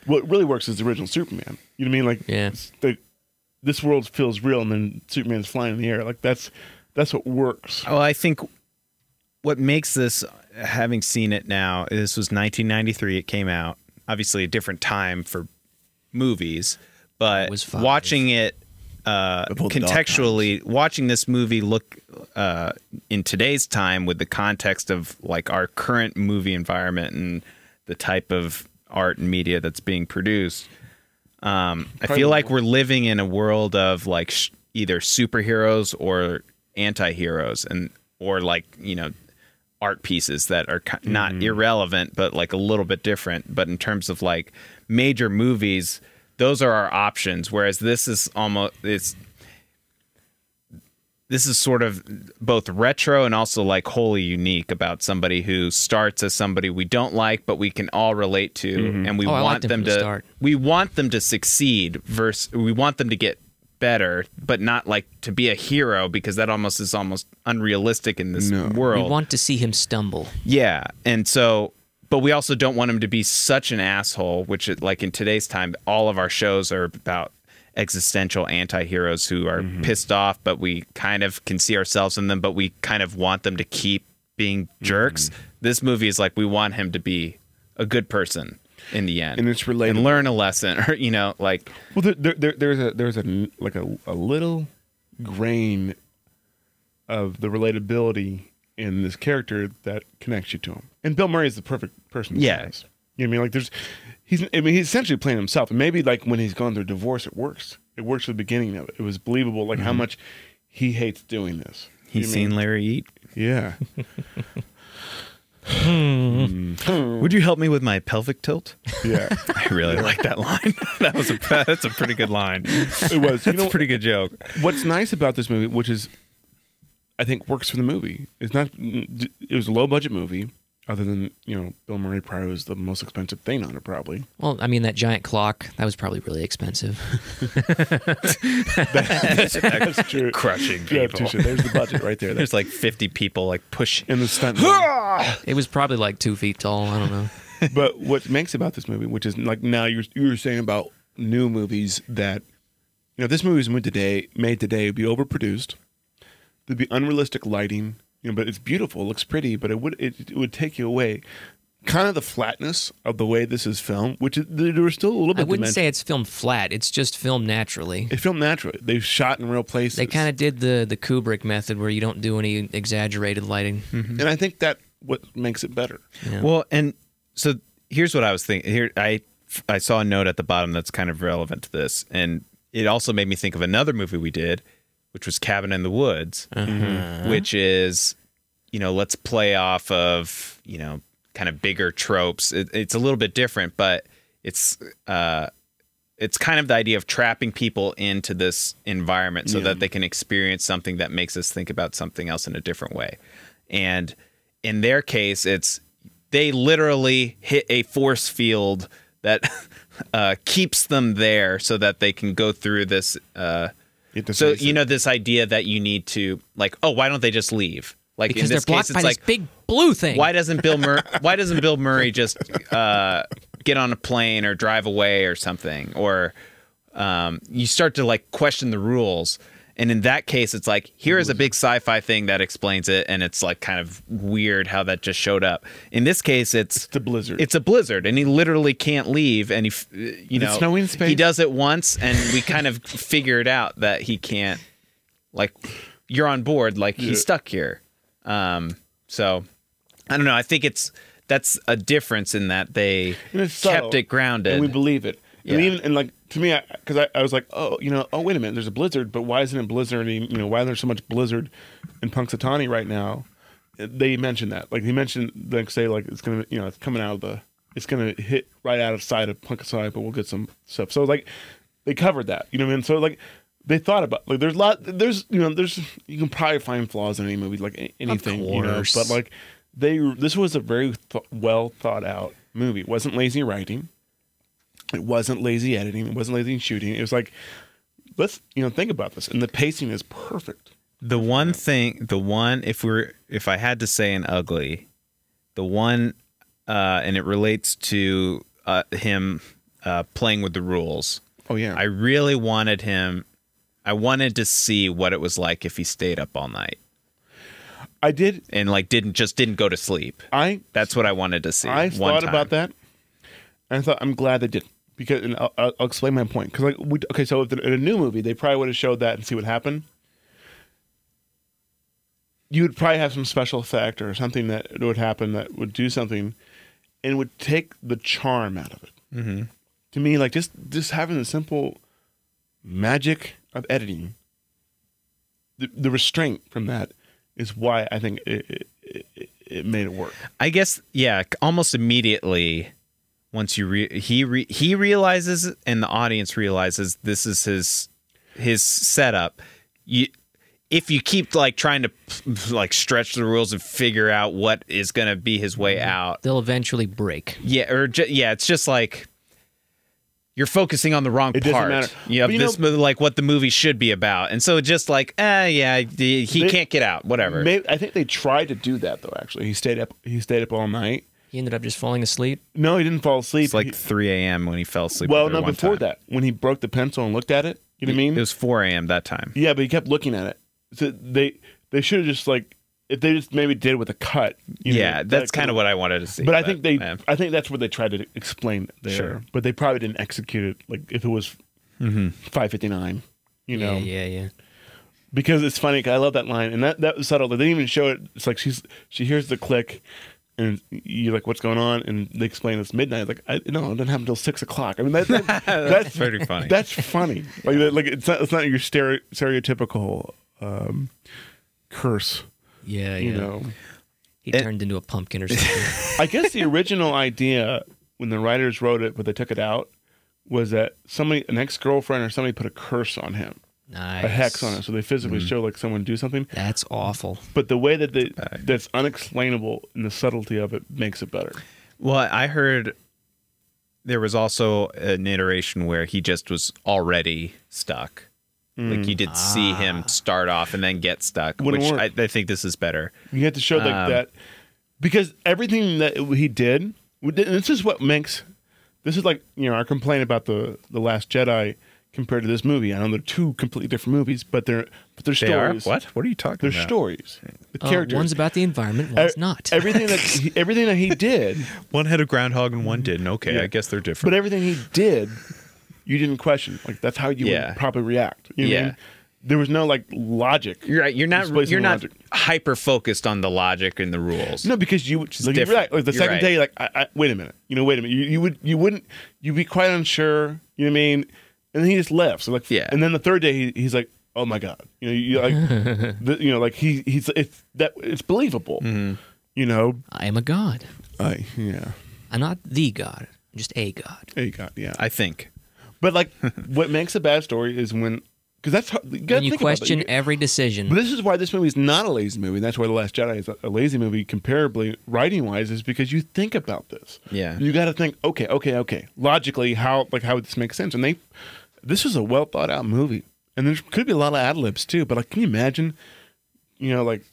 C: What really works is the original Superman. You know what I mean? Like,
B: Yeah.
C: it's the, this world feels real, and then Superman's flying in the air. Like that's that's what works.
A: Well, Oh, I think what makes this, having seen it now, this was 1993. It came out. Obviously, a different time for movies, but
B: was five.
A: watching it uh,
E: pull the dog
A: contextually watching this movie look uh, in today's time with the context of like our current movie environment and the type of art and media that's being produced. Um, I feel like we're living in a world of like sh- either superheroes or anti-heroes and or like you know art pieces that are ki- not irrelevant but like a little bit different but in terms of like major movies those are our options whereas this is almost it's this is sort of both retro and also like wholly unique about somebody who starts as somebody we don't like but we can all relate to and we
B: Oh, I
A: want
B: liked him
A: them
B: from the
A: to
B: start.
A: we want them to succeed versus we want them to get better but not like to be a hero because that almost is almost unrealistic in this
B: We
A: world
B: want to see him stumble.
A: yeah, and so, but we also don't want him to be such an asshole. Which, it- like in today's time, all of our shows are about existential anti-heroes who are
C: Mm-hmm.
A: pissed off, but we kind of can see ourselves in them, but we kind of want them to keep being
C: Mm-hmm.
A: jerks. This movie is like we want him to be a good person in the end,
C: And it's
A: and
C: relatable.
A: learn a lesson, or you know, like
C: Well, there, there, there, there's a there's a n- like a, a little grain of the relatability in this character that connects you to him. And Bill Murray is the perfect person. to say
A: Yeah.
C: this. you know what I mean. Like there's, he's I mean he's essentially playing himself. And maybe like when he's gone through divorce, it works. It works at the beginning of it. It was believable, like
A: Mm-hmm.
C: how much he hates doing this.
A: he's
C: You know
A: seen Larry eat.
C: what I mean? yeah. Hmm. Mm.
A: Would you help me with my pelvic tilt?
C: Yeah,
A: I really like that line. that was a that's a pretty good line.
C: it was. You
A: That's
C: know,
A: a pretty good joke.
C: what's nice about this movie, which is, I think, works for the movie. It's not. It was a low budget movie, other than you know Bill Murray probably was the most expensive thing on it. Probably
B: Well, I mean that giant clock that was probably really expensive.
C: that's true.
A: crushing
C: Yeah,
A: people.
C: touche. There's the budget right there. That's
A: There's like 50 people like pushing.
C: in the stunt. man.
B: It was probably like two feet tall. I don't know.
C: but what makes about this movie, which is like now you're you were saying about new movies that, you know, if this movie was made today, made today, it'd be overproduced. There'd be unrealistic lighting, you know, but it's beautiful, it looks pretty, but it would it, it would take you away. Kind of the flatness of the way this is filmed, which is, there was still a little
B: I
C: bit.
B: wouldn't
C: dimension-
B: say it's filmed flat. It's just filmed naturally.
C: it filmed naturally. They shot in real places.
B: They kind of did the the Kubrick method where you don't do any exaggerated lighting.
C: and I think that what makes it better.
A: Well, and so here's what I was thinking. Here, I I saw a note at the bottom that's kind of relevant to this, and it also made me think of another movie we did, which was Cabin in the Woods, which is, you know, let's play off of you know kind of bigger tropes. It, it's a little bit different, but it's uh, it's kind of the idea of trapping people into this environment so that they can experience something that makes us think about something else in a different way. And in their case, it's they literally hit a force field that uh, keeps them there so that they can go through this. Uh,
C: It does
A: so
C: make
A: you know this idea that you need to like, oh, why don't they just leave? Like
B: Because
A: in
B: they're
A: this
B: blocked
A: case, it's
B: by
A: like
B: this big blue thing.
A: why doesn't Bill Mur- why doesn't Bill Murray just uh, get on a plane or drive away or something? Or um, you start to like question the rules. And in that case, it's like here is a big sci-fi thing that explains it, and it's like kind of weird how that just showed up. In this case, it's
C: the blizzard.
A: It's a blizzard, and he literally can't leave. And he, f- you know,
C: snowing in space.
A: he does it once, and we kind of figured out that he can't. Like, you're on board. Like he's stuck here. Um, so I don't know. I think it's that's a difference in that they
C: And
A: kept
C: it's subtle,
A: it grounded.
C: and we believe it. And
A: Yeah.
C: even and like to me, because I, I, was like, oh, you know, oh wait a minute, there's a blizzard, but why isn't it blizzarding? You know, why there's so much blizzard in Punxsutawney right now? They mentioned that, like they mentioned, like say, like it's gonna, you know, it's coming out of the, it's gonna hit right out of sight of Punxsutawney, but we'll get some stuff. So like, they covered that, you know what I mean? So like. They thought about like there's a lot there's you know there's you can probably find flaws in any movie like a- anything you know
B: course.
C: Uh, but like they this was a very th- well thought out movie it wasn't lazy writing it wasn't lazy editing. It wasn't lazy shooting. It was like, let's you know think about this, and the pacing is perfect.
A: The one thing, the one, if we're, if I had to say an ugly, the one, uh, and it relates to uh, him uh, playing with the rules.
C: Oh yeah,
A: I really wanted him. I wanted to see what it was like if he stayed up all night
C: I did.
A: and like didn't just didn't go to sleep.
C: I
A: That's what I wanted to see.
C: I
A: one
C: thought
A: time.
C: about that, and I thought I'm glad they did because and I'll, I'll I'll explain my point because like we, okay, so if the, in a new movie they probably would have showed that and see what happened. You would probably have some special effect or something that would happen that would do something, and would take the charm out of it. Mm-hmm. To me, like just just having the simple magic of editing, the, the restraint from that is why I think it, it- it, it made it work.
A: I guess yeah, c- almost immediately once you re- he re- he realizes and the audience realizes this is his his setup. You if you keep like trying to like stretch the rules and figure out what is going to be his way
C: Mm-hmm.
A: out.
B: They'll eventually break.
A: Yeah, or ju- yeah, it's just like you're focusing on the wrong
C: doesn't
A: part.
C: matter.
A: Yeah,
C: But you
A: this mo- like what the movie should be about. And so it's just like, eh, yeah, d- he
C: They-
A: can't get out, whatever.
C: Maybe, I think they tried to do that though. Actually, he stayed up. He stayed up all night.
B: He ended up just falling asleep.
C: No, he didn't fall asleep.
A: it's like
C: He-
A: 3 a.m. when he fell asleep.
C: well,
A: with her
C: no,
A: one
C: before
A: time.
C: that, when he broke the pencil and looked at it, you know what I mean?
A: It was 4 a.m. that time.
C: yeah, but he kept looking at it. So they they should have just like if they just maybe did with a cut. you know,
A: yeah,
C: that
A: that's kind
C: could've-
A: of what I wanted to see.
C: But I think they,
A: yeah.
C: I think that's what they tried to explain it there.
A: Sure. Mm-hmm.
C: But they probably didn't execute it. Like if it was five fifty nine, you know,
B: Yeah, yeah, yeah.
C: because it's funny. 'cause I love that line, and that that was subtle. They didn't even show it. It's like she's she hears the click, and you're like, "What's going on?" And they explain it's midnight. Like, I, no, it doesn't happen until six o'clock. I mean, that, that- that's
A: pretty funny.
C: That's funny. Like, that- like it's not it's not your stere- stereotypical um, curse.
B: Yeah, yeah.
C: You know,
B: He turned into a pumpkin or something.
C: I guess the original idea when the writers wrote it, but they took it out, was that somebody, an ex girlfriend or somebody, put a curse on him,
B: nice.
C: a hex on him. So they physically show like someone do something.
B: That's awful.
C: but the way that the, that's unexplainable and the subtlety of it makes it better.
A: Well, I heard there was also an iteration where he just was already stuck. Like you did see him start off and then get stuck,
C: Hmm. Wouldn't
A: which I,
C: work.
A: I think this is better.
C: You have to show
A: Um,
C: like that because everything that he did. we did- This is what makes this is like you know our complaint about the the Last Jedi compared to this movie. I know they're two completely different movies, but they're but they're
A: They are
C: stories.
A: what? What are you talking
C: They're
A: about?
C: stories. The
B: Uh,
C: characters.
B: one's about the environment, one's
C: E-
B: not.
C: everything that he, everything that he did,
A: One had a groundhog and one didn't. Okay, I guess they're different.
C: Mm-hmm. but everything he did, you didn't question. Like that's how you
A: Yeah.
C: would probably react. You know what I
A: Yeah.
C: mean? there was no like logic.
A: you're right. You're not.
C: Displacing
A: You're not
C: logic.
A: hyper focused on the logic and the rules.
C: No, because you would
A: is
C: like, you
A: different.
C: react- like the
A: You're
C: second
A: right.
C: day, like I, I, wait a minute, you know, wait a minute, you, you would you wouldn't you'd be quite unsure, you know what I mean? And then he just left. So like,
A: Yeah.
C: And then the third day, he, he's like, oh my god, you know, you like, the, you know, like he he's it's that it's believable,
A: Mm-hmm.
C: you know.
B: I am a god.
C: I yeah,
B: I'm not the god. I'm just a god.
C: there you got yeah.
A: I think.
C: But like, what makes a bad story is when because that's how, you gotta
B: And you
C: think about that.
B: question
C: You-
B: every
C: But
B: decision.
C: this is why this movie is not a lazy movie. and That's why The Last Jedi is a- a lazy movie comparably writing wise, is because you think about this.
A: Yeah.
C: You got to think, okay, okay, okay. Logically, how like how would this make sense? And they, this is a well thought out movie, and there could be a lot of ad libs too. But like, can you imagine? You know, like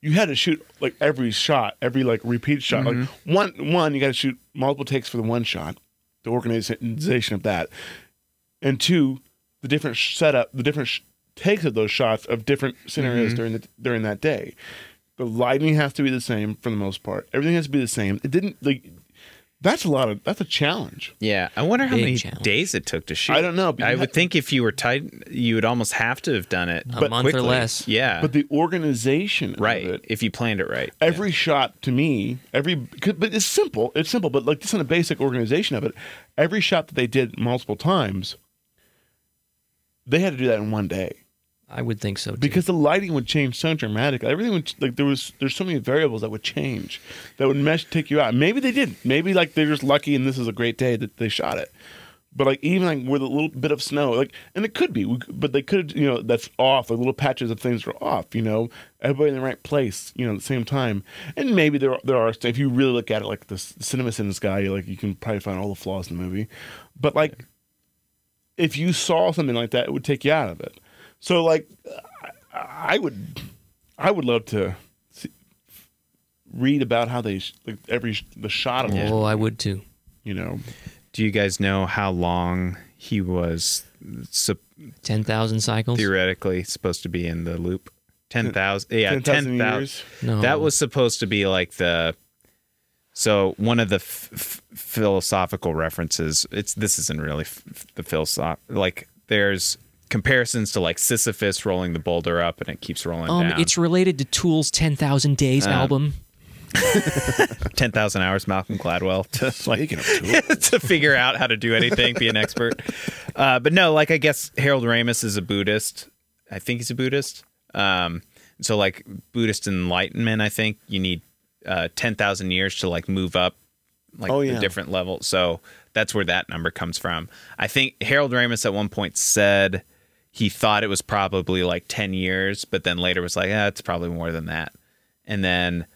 C: you had to shoot like every shot, every like repeat shot. Like one, one you got to shoot multiple takes for the one shot. The organization of that, and two, the different sh- setup, the different sh- takes of those shots of different scenarios during the during that day. The lighting has to be the same for the most part. Everything has to be the same. It didn't like. That's a lot of. That's a challenge.
A: Yeah, I wonder how
B: Big
A: many
B: challenge.
A: days it took to shoot.
C: I don't know, but you
A: I
C: had-
A: would think if you were tight, you would almost have to have done it
B: A
A: but
B: month or
A: quickly.
B: less.
A: Yeah,
C: But the organization
A: right.
C: of it.
A: If you planned it right,
C: Every shot to me, every but it's simple. It's simple, but like just on a basic organization of it, every shot that they did multiple times, they had to do that in one day.
B: I would think so too.
C: because the lighting would change so dramatically. Everything would like there was there's so many variables that would change that would mesh take you out. Maybe they didn't. Maybe like they're just lucky and this is a great day that they shot it. But like even like with a little bit of snow, like and it could be, we- but they could you know that's off. Like little patches of things are off. You know, everybody in the right place. You know, at the same time, and maybe there are, there are. If you really look at it, like the cinema sins guy, like you can probably find all the flaws in the movie. But like, if you saw something like that, it would take you out of it. So like, I would, I would love to see, read about how they sh- like every sh- the shot of it.
B: oh, I would too.
C: You know,
A: Do you guys know how long he was sup-
B: Ten thousand cycles.
A: theoretically supposed to be in the loop? Ten thousand, yeah, ten
C: 10,000
A: thousand.
C: years?
B: No.
A: That was supposed to be like the So one of the f- f- philosophical references, it's this isn't really f- f- the philosoph like there's comparisons to like Sisyphus rolling the boulder up and it keeps rolling
B: Um,
A: down.
B: it's related to Tool's Ten Thousand Days album.
A: ten thousand hours, Malcolm Gladwell, to like
F: Speaking of Tool.
A: to figure out how to do anything, be an expert. Uh, but no, like I guess Harold Ramis is a Buddhist. I think he's a Buddhist. Um, so like Buddhist enlightenment, I think you need uh, ten thousand years to like move up, like
F: Oh,
A: the
F: yeah.
A: different level. So that's where that number comes from. I think Harold Ramis at one point said he thought it was probably like ten years, but then later was like, ah, it's probably more than that. And then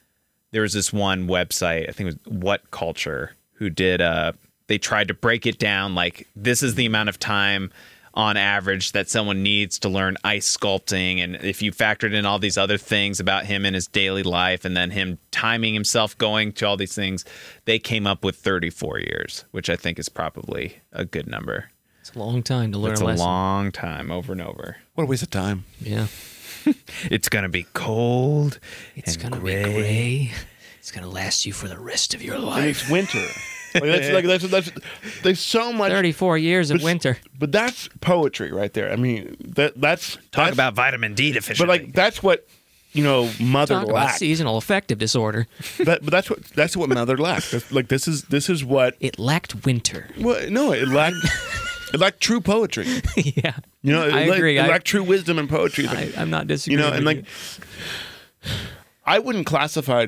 A: there was this one website, I think it was What Culture, who did uh they tried to break it down like this is the amount of time on average that someone needs to learn ice sculpting and if you factored in all these other things about him in his daily life and then him timing himself going to all these things they came up with 34 years which i think is probably a good number
B: It's a long time to learn
A: it's
B: a
A: a
B: lesson.
A: long time over and over
F: What a waste of time.
B: yeah,
A: it's gonna be cold
B: it's
A: and
B: gonna
A: gray.
B: be gray. It's gonna last you for the rest of your
C: And
B: life.
C: it's winter. like that's, like that's, that's there's so much.
B: Thirty-four years of winter.
C: But that's poetry right there. I mean, that that's
A: talk
C: that's-
A: about vitamin d deficiency
C: But like that's what you know, mother
B: Talk about
C: lacked.
B: seasonal affective disorder.
C: That, but that's what that's what mother lacked. That's- like this is this is what.
B: It lacked winter.
C: Well, no, it lacked. It lacked true poetry.
B: yeah,
C: You know, it,
B: I
C: lacked,
B: agree.
C: it
B: I-
C: lacked true wisdom and poetry.
B: I, I'm not
C: you
B: disagreeing.
C: know, and
B: with
C: like, I wouldn't classify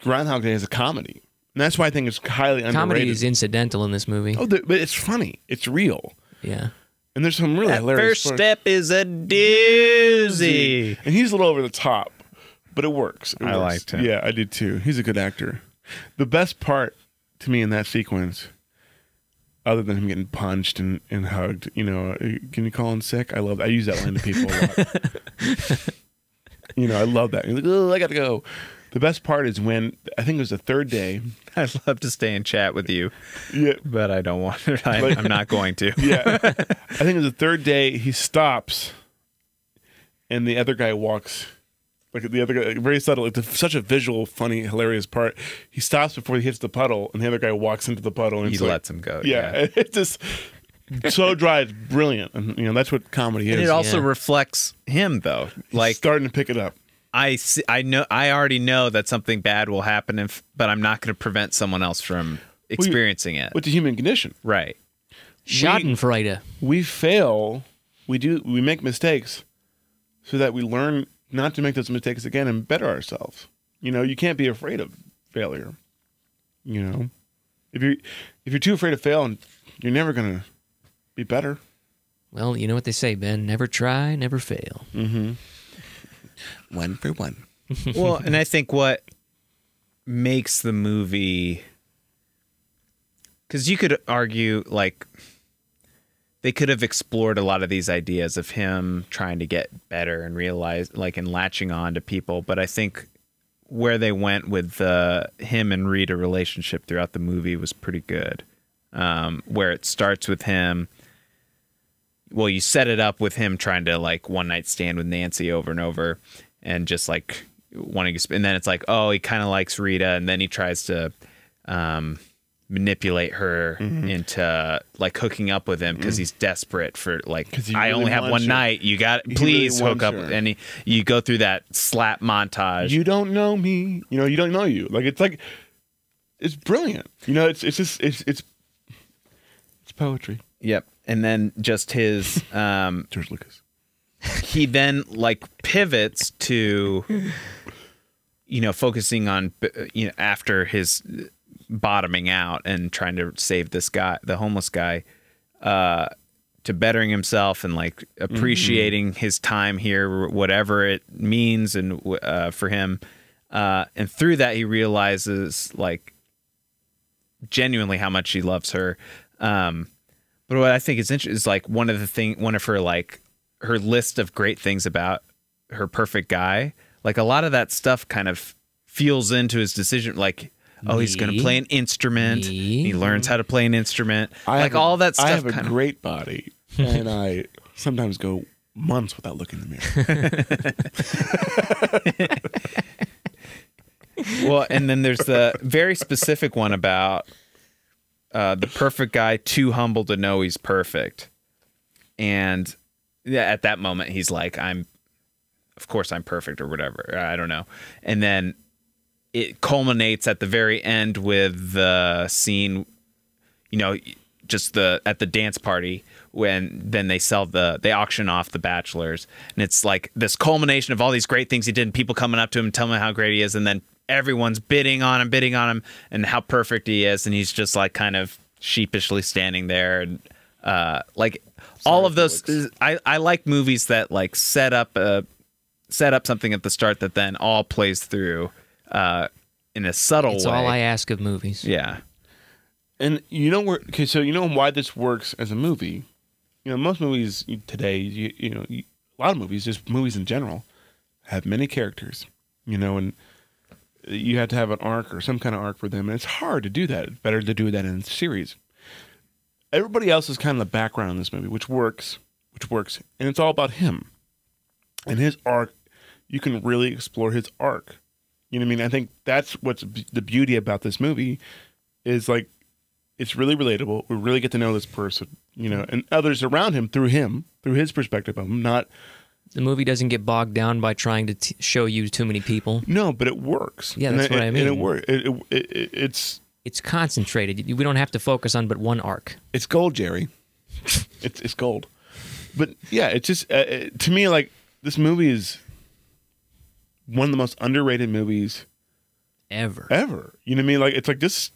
C: Groundhog Day as a comedy, and that's why I think it's highly
B: comedy
C: underrated.
B: is incidental in this movie.
C: oh, the, but it's funny. It's real,
B: Yeah,
C: and there's some really
A: That
C: hilarious.
A: first
C: stories.
A: step is a doozy.
C: and he's a little over the top, but it works. It
A: I
C: works.
A: liked him.
C: Yeah, I did too. He's a good actor. The best part to me in that sequence, other than him getting punched and, and hugged, you know, uh, can you call him sick? I love. I use that line to people a lot. you know, I love that. He's like, oh, I got to go. The best part is when I think it was the third day.
A: I'd love to stay and chat with you,
C: Yeah,
A: but I don't want to. I,
C: Like-
A: I'm not going to.
C: yeah. I think it was the third day. He stops, and the other guy walks. Like the other guy, very subtle. It's such a visual, funny, hilarious part. He stops before he hits the puddle, and the other guy walks into the puddle. And
A: He
C: it's like-
A: lets him go.
C: Yeah, it's just so dry. It's brilliant, and you know that's what comedy
A: And
C: is.
A: it also
B: Yeah.
A: reflects him though.
C: like
A: Like
C: starting to pick it up.
A: I, see, I know, I already know that something bad will happen, if, but I'm not going to prevent someone else from experiencing it.
C: With the human condition,
A: Right.
B: Schadenfreude.
C: we fail. We do. We make mistakes, so that we learn not to make those mistakes again and better ourselves. You know, you can't be afraid of failure. You know, if you if you're too afraid to fail, and you're never gonna be better.
B: Well, you know what they say, Ben. Never try, never fail.
F: One for one.
A: well, and I think what makes the movie because you could argue like they could have explored a lot of these ideas of him trying to get better and realize like and latching on to people, but I think where they went with the him and Rita relationship throughout the movie was pretty good. Um, where it starts with him well, you set it up with him trying to like one night stand with Nancy over and over and just like wanting to, sp- and then it's like, oh, he kind of likes Rita. And then he tries to um, manipulate her
C: Mm-hmm.
A: into like hooking up with him because he's desperate for like,
C: Mm. 'Cause he
A: I
C: really
A: only have
C: wants
A: one
C: her.
A: night. You got,
C: He
A: please
C: really
A: hook
C: wants
A: up.
C: her.
A: And he, you go through that slap montage.
C: You don't know me. You know, you don't know you. Like it's like it's brilliant. You know, it's it's just it's it's it's poetry.
A: yep. And then just his, um,
C: George Lucas.
A: he then like pivots to you know focusing on b- you know after his bottoming out and trying to save this guy the homeless guy uh to bettering himself and like appreciating
B: Mm-hmm.
A: his time here whatever it means and w- uh for him uh and through that he realizes like genuinely how much he loves her um but what I think is interesting is like one of the thing, one of her like her list of great things about her perfect guy. Like a lot of that stuff kind of fuels into his decision. Like, oh, he's going to
B: Me?
A: play an instrument.
B: Me?
A: He learns how to play an instrument.
F: I
A: like
F: have a-
A: all that stuff.
C: I have a
A: kind
C: great body,
F: and I sometimes go months without looking in the mirror.
A: Well, and then there's the very specific one about uh, the perfect guy too humble to know he's perfect, and yeah, at that moment he's like, "I'm, of course I'm perfect" or whatever. I don't know. And then it culminates at the very end with the scene, you know, just the at the dance party when then they sell the they auction off the bachelors and it's like this culmination of all these great things he did and people coming up to him and telling him how great he is and then everyone's bidding on him bidding on him and how perfect he is and he's just like kind of sheepishly standing there and uh like all of those I I like movies that like set up a set up something at the start that then all plays through uh in a subtle
B: It's
A: way
B: all I ask of movies.
A: yeah
C: And you know where? Okay, so you know why this works as a movie. You know, most movies today, you, you know, you, a lot of movies, just movies in general, have many characters. You know, and you have to have an arc or some kind of arc for them, and it's hard to do that. It's better to do that in series. Everybody else is kind of the background in this movie, which works, which works, and it's all about him and his arc. You can really explore his arc. You know what I mean? I think that's what's b- the beauty about this movie is like it's really relatable. We really get to know this person, you know, and others around him through him, through his perspective of him. Not
B: The movie doesn't get bogged down by trying to t- show you too many people.
C: no, but it works.
B: Yeah,
C: And
B: that's
C: it-
B: what I
C: And it
B: mean.
C: works. It, it, it, it's
B: It's concentrated. We don't have to focus on but one arc.
C: it's gold, Jerry. it's it's gold. But yeah, it's just uh, it, to me like this movie is one of the most underrated movies
B: Ever.
C: ever. You know what I mean? Like it's like this.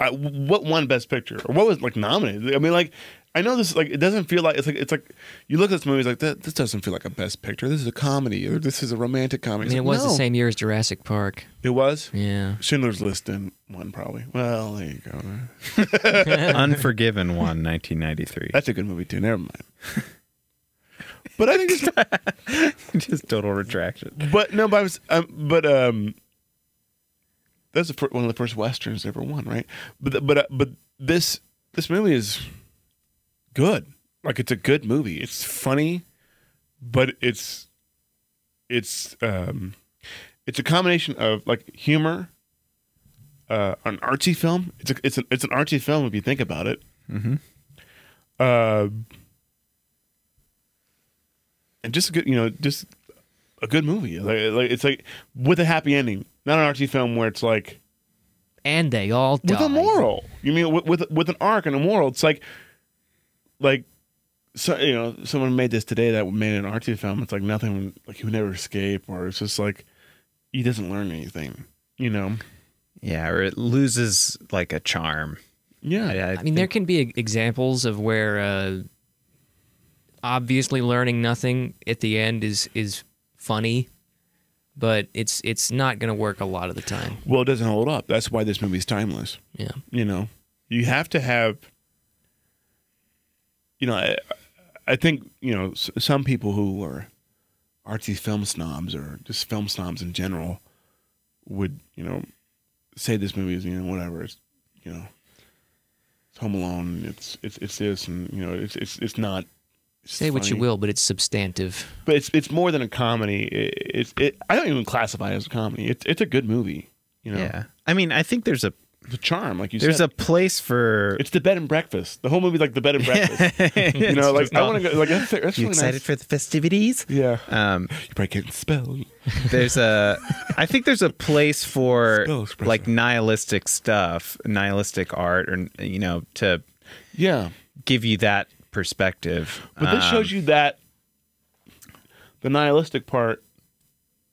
C: I, what won Best Picture or what was like nominated? I mean, like I know this like it doesn't feel like it's like it's like you look at this movie it's like that. This doesn't feel like a Best Picture. This is a comedy or this is a romantic
B: I
C: comedy.
B: mean, it
C: It's
B: was
C: like,
B: the
C: no.
B: same year as Jurassic Park.
C: It was
B: Yeah.
C: Schindler's List and one probably. Well, there you go.
A: Unforgiven one, 1993.
C: That's a good movie too. Never mind. but I think it's
A: just total retraction.
C: but no, but I was, um, but um, that's the fir- one of the first westerns ever won, right? But the- but uh, but this this movie is good. Like it's a good movie. It's funny, but it's it's um it's a combination of like humor, uh, an artsy film. It's a, it's an it's an artsy film if you think about it. Mm-hmm. Uh, and just a good, you know, just a good movie. Like, like it's like with a happy ending, not an artsy film where it's like
B: And they all die.
C: with a moral. You mean with, with with an arc and a moral? It's like like so you know someone made this today that made an artsy film. It's like nothing like he would never escape, or it's just like he doesn't learn anything. You know?
A: Yeah, or it loses like a charm.
C: Yeah.
A: I, I
B: I mean, there can be e- examples of where uh, obviously learning nothing at the end is is funny, but it's it's not going to work a lot of the time.
C: Well, it doesn't hold up. That's why this movie's timeless.
B: Yeah,
C: you know you have to have you know i, I think you know s- some people who are artsy film snobs or just film snobs in general would you know say this movie is you know whatever it's you know it's home alone it's it's it's this and you know it's it's it's not it's
B: say what you
C: funny.
B: will, but it's substantive.
C: but it's it's more than a comedy it, it's it i don't even classify it as a comedy it's it's a good movie you know
A: yeah. I mean, I think there's a
C: the charm like you
A: there's
C: said
A: a place for.
C: it's the bed and breakfast. The whole movie's like the bed and breakfast. you
A: you
C: know, like I want to go. Like that's, that's
A: You
C: really
A: excited
C: nice.
A: for the festivities?
C: yeah,
A: Um,
C: you probably can't spell.
A: there's a. I think there's a place for
C: Spell espresso.
A: like nihilistic stuff, nihilistic art, or you know, to
C: Yeah,
A: give you that perspective. uh,
C: but this shows you that the nihilistic part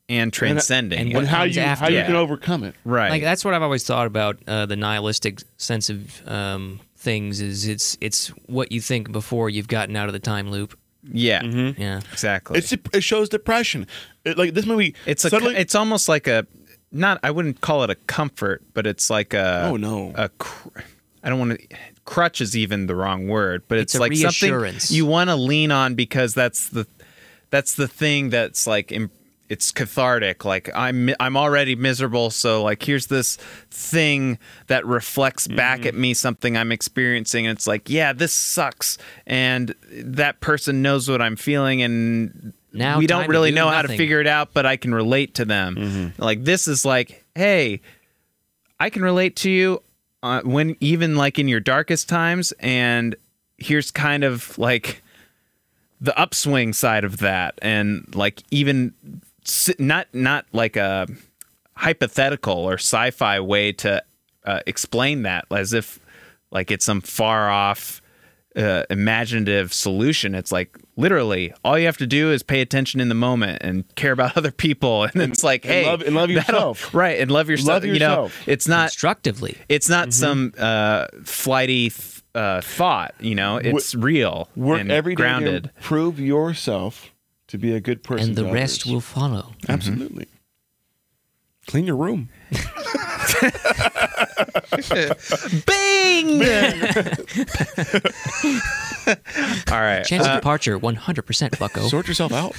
A: and transcending,
B: and
A: it.
B: What
C: and how
B: comes
C: you
B: after
C: how you
A: that.
C: can overcome it.
A: right?
B: Like that's what I've always thought about uh, the nihilistic sense of um, things is it's it's what you think before you've gotten out of the time loop.
A: yeah,
C: Mm-hmm.
B: Yeah,
A: exactly.
C: It's dep- it shows depression. It, like this movie,
A: It's a,
C: suddenly
A: it's almost like a not I wouldn't call it a comfort, but it's like a
C: Oh, no.
A: a cr- I don't want to crutch is even the wrong word, but it's,
B: It's a
A: like something
B: reassurance.
A: you want to lean on because that's the that's the thing that's like im- it's cathartic. Like I'm I'm already miserable, so like here's this thing that reflects
C: Mm-hmm.
A: back at me something I'm experiencing, and it's like yeah, this sucks, and that person knows what I'm feeling, and
B: Now
A: we
B: time
A: don't
B: to
A: really
B: do
A: know how to
B: nothing.
A: figure it out, but I can relate to them. Like this is like, hey, I can relate to you uh, when even like in your darkest times, and here's kind of like the upswing side of that, and like even s- not not like a hypothetical or sci-fi way to uh, explain that, as if like it's some far off uh, imaginative solution. It's like literally all you have to do is pay attention in the moment and care about other people, and, it's like hey,
C: love- and love
A: that'll-
C: yourself.
A: right? And love yourself.
C: Love yourself. Mm-hmm.
A: You know, it's not
B: constructively.
A: it's not some uh, flighty th- uh, thought. You know, it's real
C: Work
A: and
C: every day
A: grounded.
C: to prove yourself to be a good person.
B: And the
C: to
B: rest
C: others.
B: will follow.
C: absolutely clean your room.
A: Bing! All right.
B: Chance
C: Uh,
B: of departure, 100%, bucko.
C: Sort yourself out.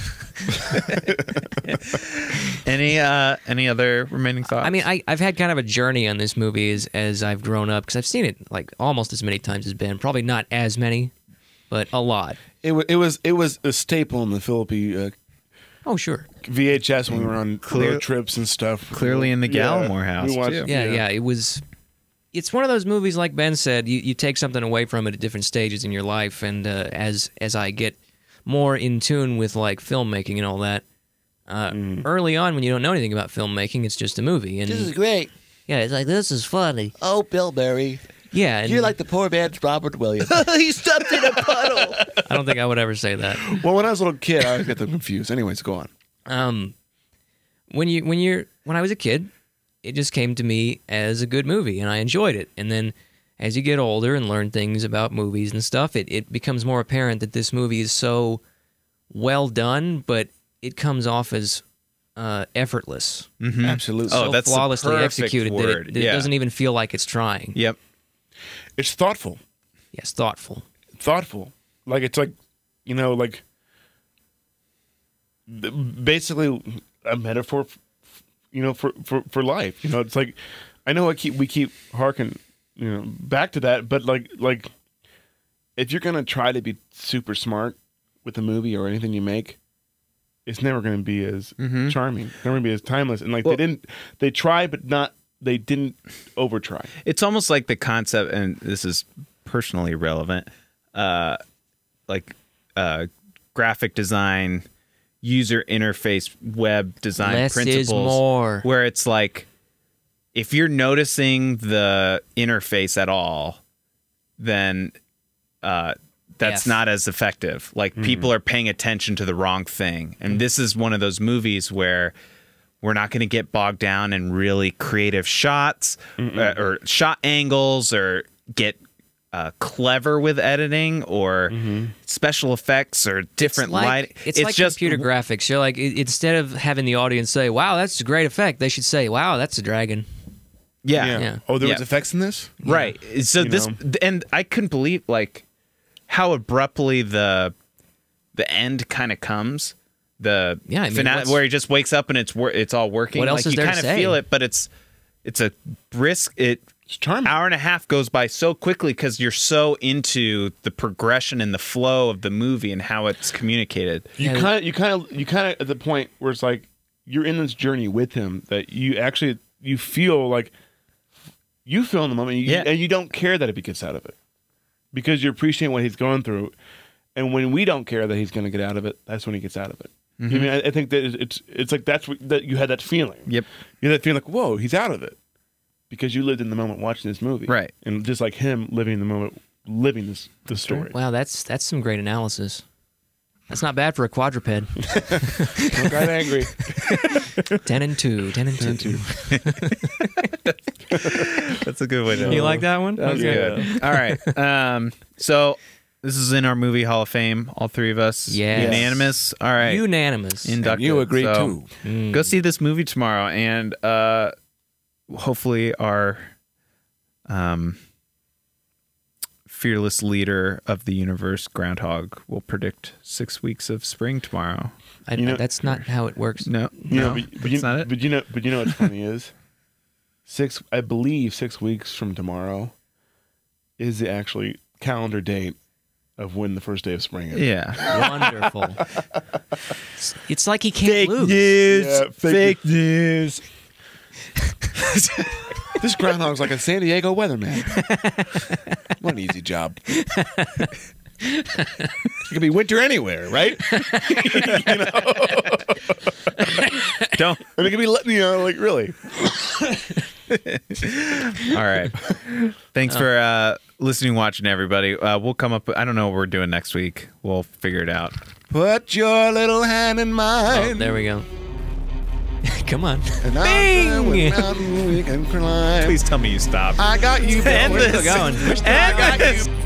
A: Any uh, any other remaining thoughts?
B: I mean, I, I've had kind of a journey on this movie as, as I've grown up because I've seen it like almost as many times as Ben. Probably not as many, but a lot.
C: It was it was it was a staple in the Philippine uh,
B: Oh, sure.
C: VHS when we were on
A: Clear-
C: road trips and stuff.
A: clearly in the
C: Yeah,
A: Gallimore house
C: we watched-
A: too.
B: Yeah,
C: Yeah.
B: yeah, It was. It's one of those movies, like Ben said, you, you take something away from it at different stages in your life, and uh, as as I get more in tune with like filmmaking and all that, uh, early on when you don't know anything about filmmaking, it's just a movie, and
F: Mm.
E: This is great.
B: yeah, it's like this is funny.
E: Oh, Bill Murray.
B: Yeah, and
E: You're like the poor man's Robert Williams. he stepped in a puddle.
B: I don't think I would ever say that.
C: Well, when I was a little kid, I always got them confused. Anyways, go on.
B: um when you when you're when I was a kid, it just came to me as a good movie and I enjoyed it. And then as you get older and learn things about movies and stuff, it, it becomes more apparent that this movie is so well done, but it comes off as uh, effortless.
C: Absolutely.
A: Oh,
B: so
A: that's the
B: flawlessly
A: perfect
B: executed that,
A: word,
B: it, that
A: yeah.
B: it doesn't even feel like it's trying.
A: Yep.
C: It's thoughtful.
B: Yes, thoughtful.
C: thoughtful. Like it's like, you know, like th- basically a metaphor, f- f- you know, for for for life. You know, it's like I know I keep we keep harking, you know, back to that, but like like if you're gonna try to be super smart with a movie or anything you make. It's never going to be as
A: Mm-hmm.
C: charming. Never going to be as timeless. And like they didn't, they tried, but not. They didn't over try.
A: it's almost like the concept and this is personally relevant uh like uh graphic design user interface web design
B: Less is
A: principles
B: more.
A: where it's like if you're noticing the interface at all then uh that's
B: Yes.
A: not as effective like people are paying attention to the wrong thing and this is one of those movies where we're not going to get bogged down in really creative shots uh, or shot angles or get uh, clever with editing or special effects or different
B: like,
A: lighting.
B: It's, like computer graphics. You're like, i instead of having the audience say, wow, that's a great effect, they should say, wow, that's a dragon.
A: yeah,
B: Yeah.
C: Oh, there was
A: Yeah.
C: effects in this.
A: right. So this and I couldn't believe like how abruptly the the end kind of comes. The
B: Yeah, I mean,
A: finale
B: what's-
A: where he just wakes up and it's wor- it's all working.
B: What else
A: like,
B: is
A: you
B: there to
A: kind of
B: say?
A: feel it, but it's it's a brisk. It
C: It's charming.
A: hour and a half goes by so quickly because you're so into the progression and the flow of the movie and how it's communicated.
C: you
B: Yeah.
C: kind of you kind of you kind of at the point where it's like you're in this journey with him that you actually you feel like you feel in the moment you,
A: Yeah.
C: and you don't care that it gets out of it because you appreciate what he's going through and when we don't care that he's going to get out of it that's when he gets out of it i mean I, I think that it's it's like that's what that you had that feeling
A: Mm-hmm. Yep.
C: you had that feeling like whoa he's out of it because you lived in the moment watching this movie
A: Right.
C: and just like him living in the moment living this the story
B: Wow, that's that's some great analysis. That's not bad for a quadruped.
C: i got angry
B: Ten and two. Ten and two.
A: That's a good way to.
B: You like that one?
A: That was good. All right. Um, so this is in our movie Hall of Fame. All three of us.
B: Yes.
A: Unanimous. All right.
B: Unanimous.
A: Inducted.
C: you agree,
A: So, mm. Go see this movie tomorrow, and uh, hopefully our um, fearless leader of the universe, Groundhog, will predict six weeks of spring tomorrow.
B: I,
C: You know-
B: that's not how it works.
A: No,
C: You
A: no,
C: know, but, but
A: that's
C: you,
A: not it.
C: but you know, but you know what's funny is six. I believe six weeks from tomorrow is the actually calendar date of when the first day of spring is.
A: yeah.
B: Wonderful. It's- It's like he can't lose.
A: news.
C: Yeah, fake
A: news.
F: This groundhog's like a San Diego weatherman. what an easy job. it could be winter anywhere, right?
A: Don't.
F: And it could be, le- you know, like really.
A: All right. Thanks for uh, listening, watching, everybody. Uh, we'll come up. I don't know what we're doing next week. We'll figure it out.
F: Put your little hand in mine.
B: Oh, there we go. Come on.
F: And out there with
B: Bing!
F: mountain we can climb.
A: Please tell me you stopped.
F: I got you.
A: End
F: boy.
A: this.
B: going.
A: End this.